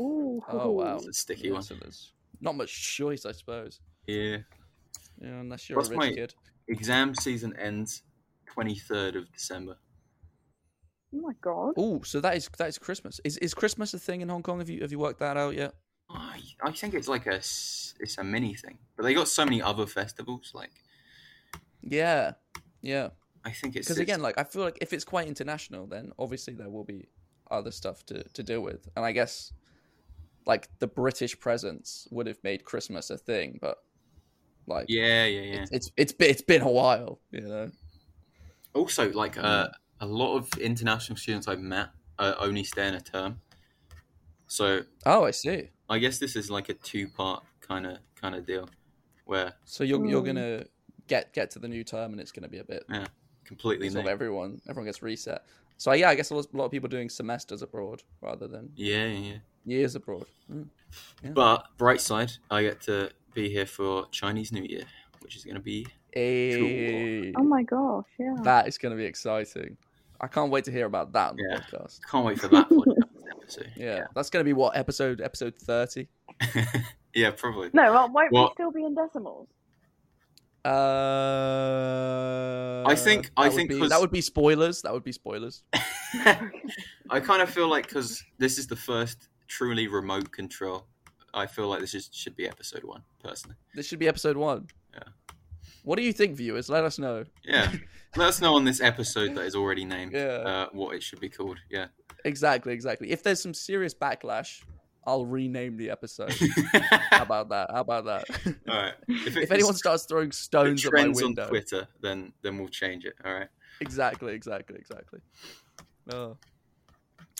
[SPEAKER 3] Ooh.
[SPEAKER 2] Oh, wow.
[SPEAKER 1] it's a sticky one.
[SPEAKER 2] So there's not much choice, I suppose.
[SPEAKER 1] Yeah.
[SPEAKER 2] You know, unless you're
[SPEAKER 1] What's
[SPEAKER 2] a rich
[SPEAKER 1] my-
[SPEAKER 2] kid.
[SPEAKER 1] Exam season ends twenty third of December.
[SPEAKER 3] Oh my god.
[SPEAKER 2] Oh, so that is that is Christmas. Is is Christmas a thing in Hong Kong? Have you have you worked that out yet?
[SPEAKER 1] I I think it's like a s- it's a mini thing, but they got so many other festivals. Like
[SPEAKER 2] Yeah, yeah.
[SPEAKER 1] I think it's
[SPEAKER 2] Because
[SPEAKER 1] it's-
[SPEAKER 2] again, like I feel like if it's quite international, then obviously there will be other stuff to to deal with, and I guess like the British presence would have made Christmas a thing, but like
[SPEAKER 1] yeah, yeah, yeah.
[SPEAKER 2] it's it's it's been, it's been a while, you know.
[SPEAKER 1] also, like uh, a lot of international students I've met uh, only stay in a term, so
[SPEAKER 2] Oh, I see.
[SPEAKER 1] I guess this is like a two-part kind of kind of deal, where
[SPEAKER 2] So you're you're
[SPEAKER 3] Mm.
[SPEAKER 2] gonna get get to the new term, and it's gonna be a bit
[SPEAKER 1] completely new.
[SPEAKER 2] sort of everyone everyone gets reset. So yeah, I guess a lot a lot of people doing semesters abroad rather than
[SPEAKER 1] Yeah, yeah.
[SPEAKER 2] years abroad. Mm.
[SPEAKER 1] But bright side, I get to be here for Chinese New Year, which is going to be
[SPEAKER 2] Ayy.
[SPEAKER 3] Oh my gosh, yeah.
[SPEAKER 2] That is going to be exciting. I can't wait to hear about that on the
[SPEAKER 1] Yeah.
[SPEAKER 2] podcast.
[SPEAKER 1] can't wait for
[SPEAKER 2] <laughs>
[SPEAKER 1] that podcast episode.
[SPEAKER 2] Yeah, that's going to be what episode episode thirty.
[SPEAKER 1] <laughs> yeah, probably.
[SPEAKER 3] No, well, won't we
[SPEAKER 1] Well-
[SPEAKER 3] still be in decimals?
[SPEAKER 2] Uh,
[SPEAKER 1] think-
[SPEAKER 2] that
[SPEAKER 1] I
[SPEAKER 2] would
[SPEAKER 1] think
[SPEAKER 2] be-
[SPEAKER 1] 'cause-
[SPEAKER 2] that would be spoilers. That would be spoilers.
[SPEAKER 1] <laughs> I kind of feel like because this is the first truly remote control, I feel like this is, should be episode one, personally.
[SPEAKER 2] This should be episode one.
[SPEAKER 1] Yeah.
[SPEAKER 2] What do you think, viewers? Let us know. <laughs>
[SPEAKER 1] Yeah. Let us know on this episode that is already named
[SPEAKER 2] Yeah.
[SPEAKER 1] uh, what it should be called. Yeah.
[SPEAKER 2] <laughs>
[SPEAKER 1] <laughs>
[SPEAKER 2] Exactly, exactly. If there's some serious backlash, I'll rename the
[SPEAKER 1] <laughs>
[SPEAKER 2] episode. How about that? How about that?
[SPEAKER 1] All right. If,
[SPEAKER 2] <laughs> if
[SPEAKER 1] it-
[SPEAKER 2] anyone starts throwing
[SPEAKER 1] if it
[SPEAKER 2] stones at my
[SPEAKER 1] trends on
[SPEAKER 2] window,
[SPEAKER 1] Twitter, then then we'll change it. All right.
[SPEAKER 2] exactly, exactly, exactly. Oh.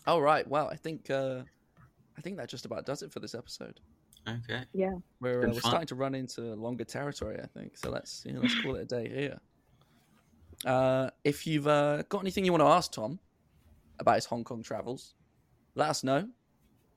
[SPEAKER 2] All right. Wow. I think uh, I think that just about does it for this episode.
[SPEAKER 1] Okay.
[SPEAKER 2] We're, uh,
[SPEAKER 1] Been
[SPEAKER 2] we're
[SPEAKER 1] fun.
[SPEAKER 2] starting to run into longer territory, I think. So let's you know, let's call it a day here. Uh, if you've uh, got anything you want to ask Tom about his Hong Kong travels, let us know.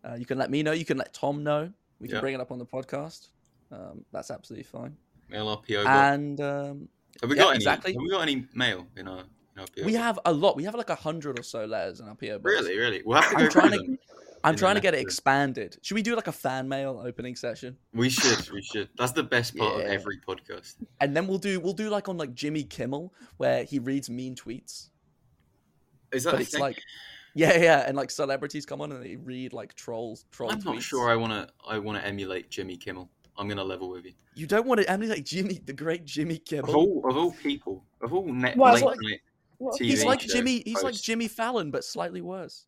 [SPEAKER 2] Uh, you can let me know. You can let Tom know. We can
[SPEAKER 1] Yeah.
[SPEAKER 2] bring it up on the podcast. Um, that's absolutely fine.
[SPEAKER 1] LRPO.
[SPEAKER 2] And um,
[SPEAKER 1] have we
[SPEAKER 2] yeah,
[SPEAKER 1] got any?
[SPEAKER 2] exactly.
[SPEAKER 1] Have we got any mail in our in our PO?
[SPEAKER 2] we have a lot. We have like a hundred or so letters in our PO box.
[SPEAKER 1] Really, really. We'll have to
[SPEAKER 2] I'm
[SPEAKER 1] go through
[SPEAKER 2] trying to-
[SPEAKER 1] them.
[SPEAKER 2] I'm
[SPEAKER 1] in
[SPEAKER 2] trying to
[SPEAKER 1] the
[SPEAKER 2] get it
[SPEAKER 1] letter.
[SPEAKER 2] expanded. Should we do like a fan mail opening session?
[SPEAKER 1] We should. We should. That's the best part
[SPEAKER 2] Yeah.
[SPEAKER 1] of every podcast.
[SPEAKER 2] And then we'll do we'll do like on like Jimmy Kimmel where he reads mean tweets.
[SPEAKER 1] Is that
[SPEAKER 2] But
[SPEAKER 1] a
[SPEAKER 2] it's
[SPEAKER 1] thing?
[SPEAKER 2] like Yeah, yeah, and like celebrities come on and they read like trolls troll
[SPEAKER 1] I'm
[SPEAKER 2] tweets.
[SPEAKER 1] not sure. I wanna. I wanna emulate Jimmy Kimmel. I'm gonna level with you.
[SPEAKER 2] You don't want to I mean like Jimmy the great Jimmy
[SPEAKER 1] Of
[SPEAKER 2] Kimmel.
[SPEAKER 1] all, of all people, of all net
[SPEAKER 3] Well,
[SPEAKER 1] late
[SPEAKER 3] what-
[SPEAKER 1] night.
[SPEAKER 3] What?
[SPEAKER 1] TV
[SPEAKER 2] He's like
[SPEAKER 1] show
[SPEAKER 2] Jimmy he's like
[SPEAKER 1] host.
[SPEAKER 2] Jimmy Fallon but slightly worse.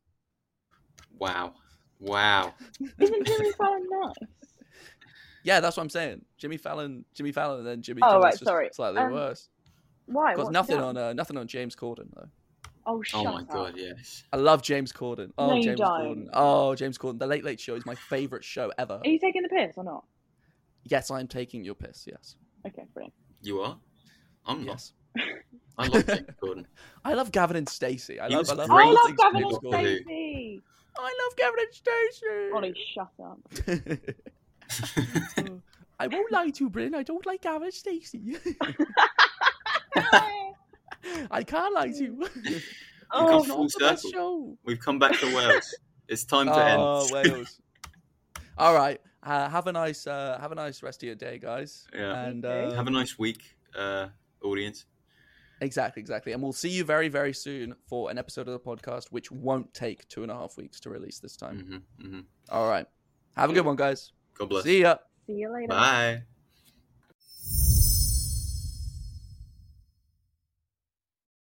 [SPEAKER 1] Wow, wow.
[SPEAKER 3] Isn't Jimmy Fallon nice?
[SPEAKER 2] Yeah, that's what I'm saying. Jimmy Fallon Jimmy Fallon and then Jimmy
[SPEAKER 3] Oh,
[SPEAKER 2] Kimmel's
[SPEAKER 3] right,
[SPEAKER 2] just
[SPEAKER 3] sorry.
[SPEAKER 2] slightly
[SPEAKER 3] Um,
[SPEAKER 2] worse.
[SPEAKER 3] Why?
[SPEAKER 2] Got
[SPEAKER 3] What's
[SPEAKER 2] nothing
[SPEAKER 3] that?
[SPEAKER 2] on uh, nothing on James Corden though.
[SPEAKER 3] Oh, shut
[SPEAKER 1] oh my
[SPEAKER 3] up.
[SPEAKER 1] god, yes.
[SPEAKER 2] I love James Corden. Oh,
[SPEAKER 3] No, you
[SPEAKER 2] James Corden.
[SPEAKER 3] don't.
[SPEAKER 2] Oh, James Corden. The Late Late Show is my favorite show ever.
[SPEAKER 3] Are you taking the piss or not?
[SPEAKER 2] Yes, I am taking your piss. Yes.
[SPEAKER 3] Okay, brilliant.
[SPEAKER 1] You are. I'm not.
[SPEAKER 2] Yes.
[SPEAKER 1] I love James Corden.
[SPEAKER 2] I love Gavin and Stacey. I
[SPEAKER 1] He
[SPEAKER 2] love,
[SPEAKER 1] was
[SPEAKER 2] I love,
[SPEAKER 1] great.
[SPEAKER 2] all
[SPEAKER 3] I
[SPEAKER 2] the
[SPEAKER 3] love
[SPEAKER 2] things
[SPEAKER 3] Gavin
[SPEAKER 2] James
[SPEAKER 1] Nick
[SPEAKER 3] and
[SPEAKER 1] Gordon.
[SPEAKER 2] Corden.
[SPEAKER 3] Stacey.
[SPEAKER 2] I love Gavin and Stacey.
[SPEAKER 3] Ollie, shut
[SPEAKER 1] <laughs>
[SPEAKER 3] up. Mm.
[SPEAKER 2] <laughs> I won't lie to you, Bryn. I don't like Gavin and Stacey. <laughs> I can't lie to <laughs> you.
[SPEAKER 1] come
[SPEAKER 3] oh,
[SPEAKER 1] full
[SPEAKER 2] Not the best
[SPEAKER 1] circle.
[SPEAKER 2] show.
[SPEAKER 1] We've come back to Wales. It's time to
[SPEAKER 2] Oh,
[SPEAKER 1] end. <laughs>
[SPEAKER 2] Wales. All right. Uh, have a nice, uh, have a nice rest of your day, guys.
[SPEAKER 1] Yeah.
[SPEAKER 2] And
[SPEAKER 3] Okay.
[SPEAKER 2] uh,
[SPEAKER 1] Have a nice week, uh, audience.
[SPEAKER 2] Exactly, exactly. And we'll see you very, very soon for an episode of the podcast, which won't take two and a half weeks to release this time.
[SPEAKER 1] hmm hmm
[SPEAKER 2] All right. Have a good one, guys.
[SPEAKER 1] God bless.
[SPEAKER 2] See ya.
[SPEAKER 3] see you later.
[SPEAKER 1] Bye.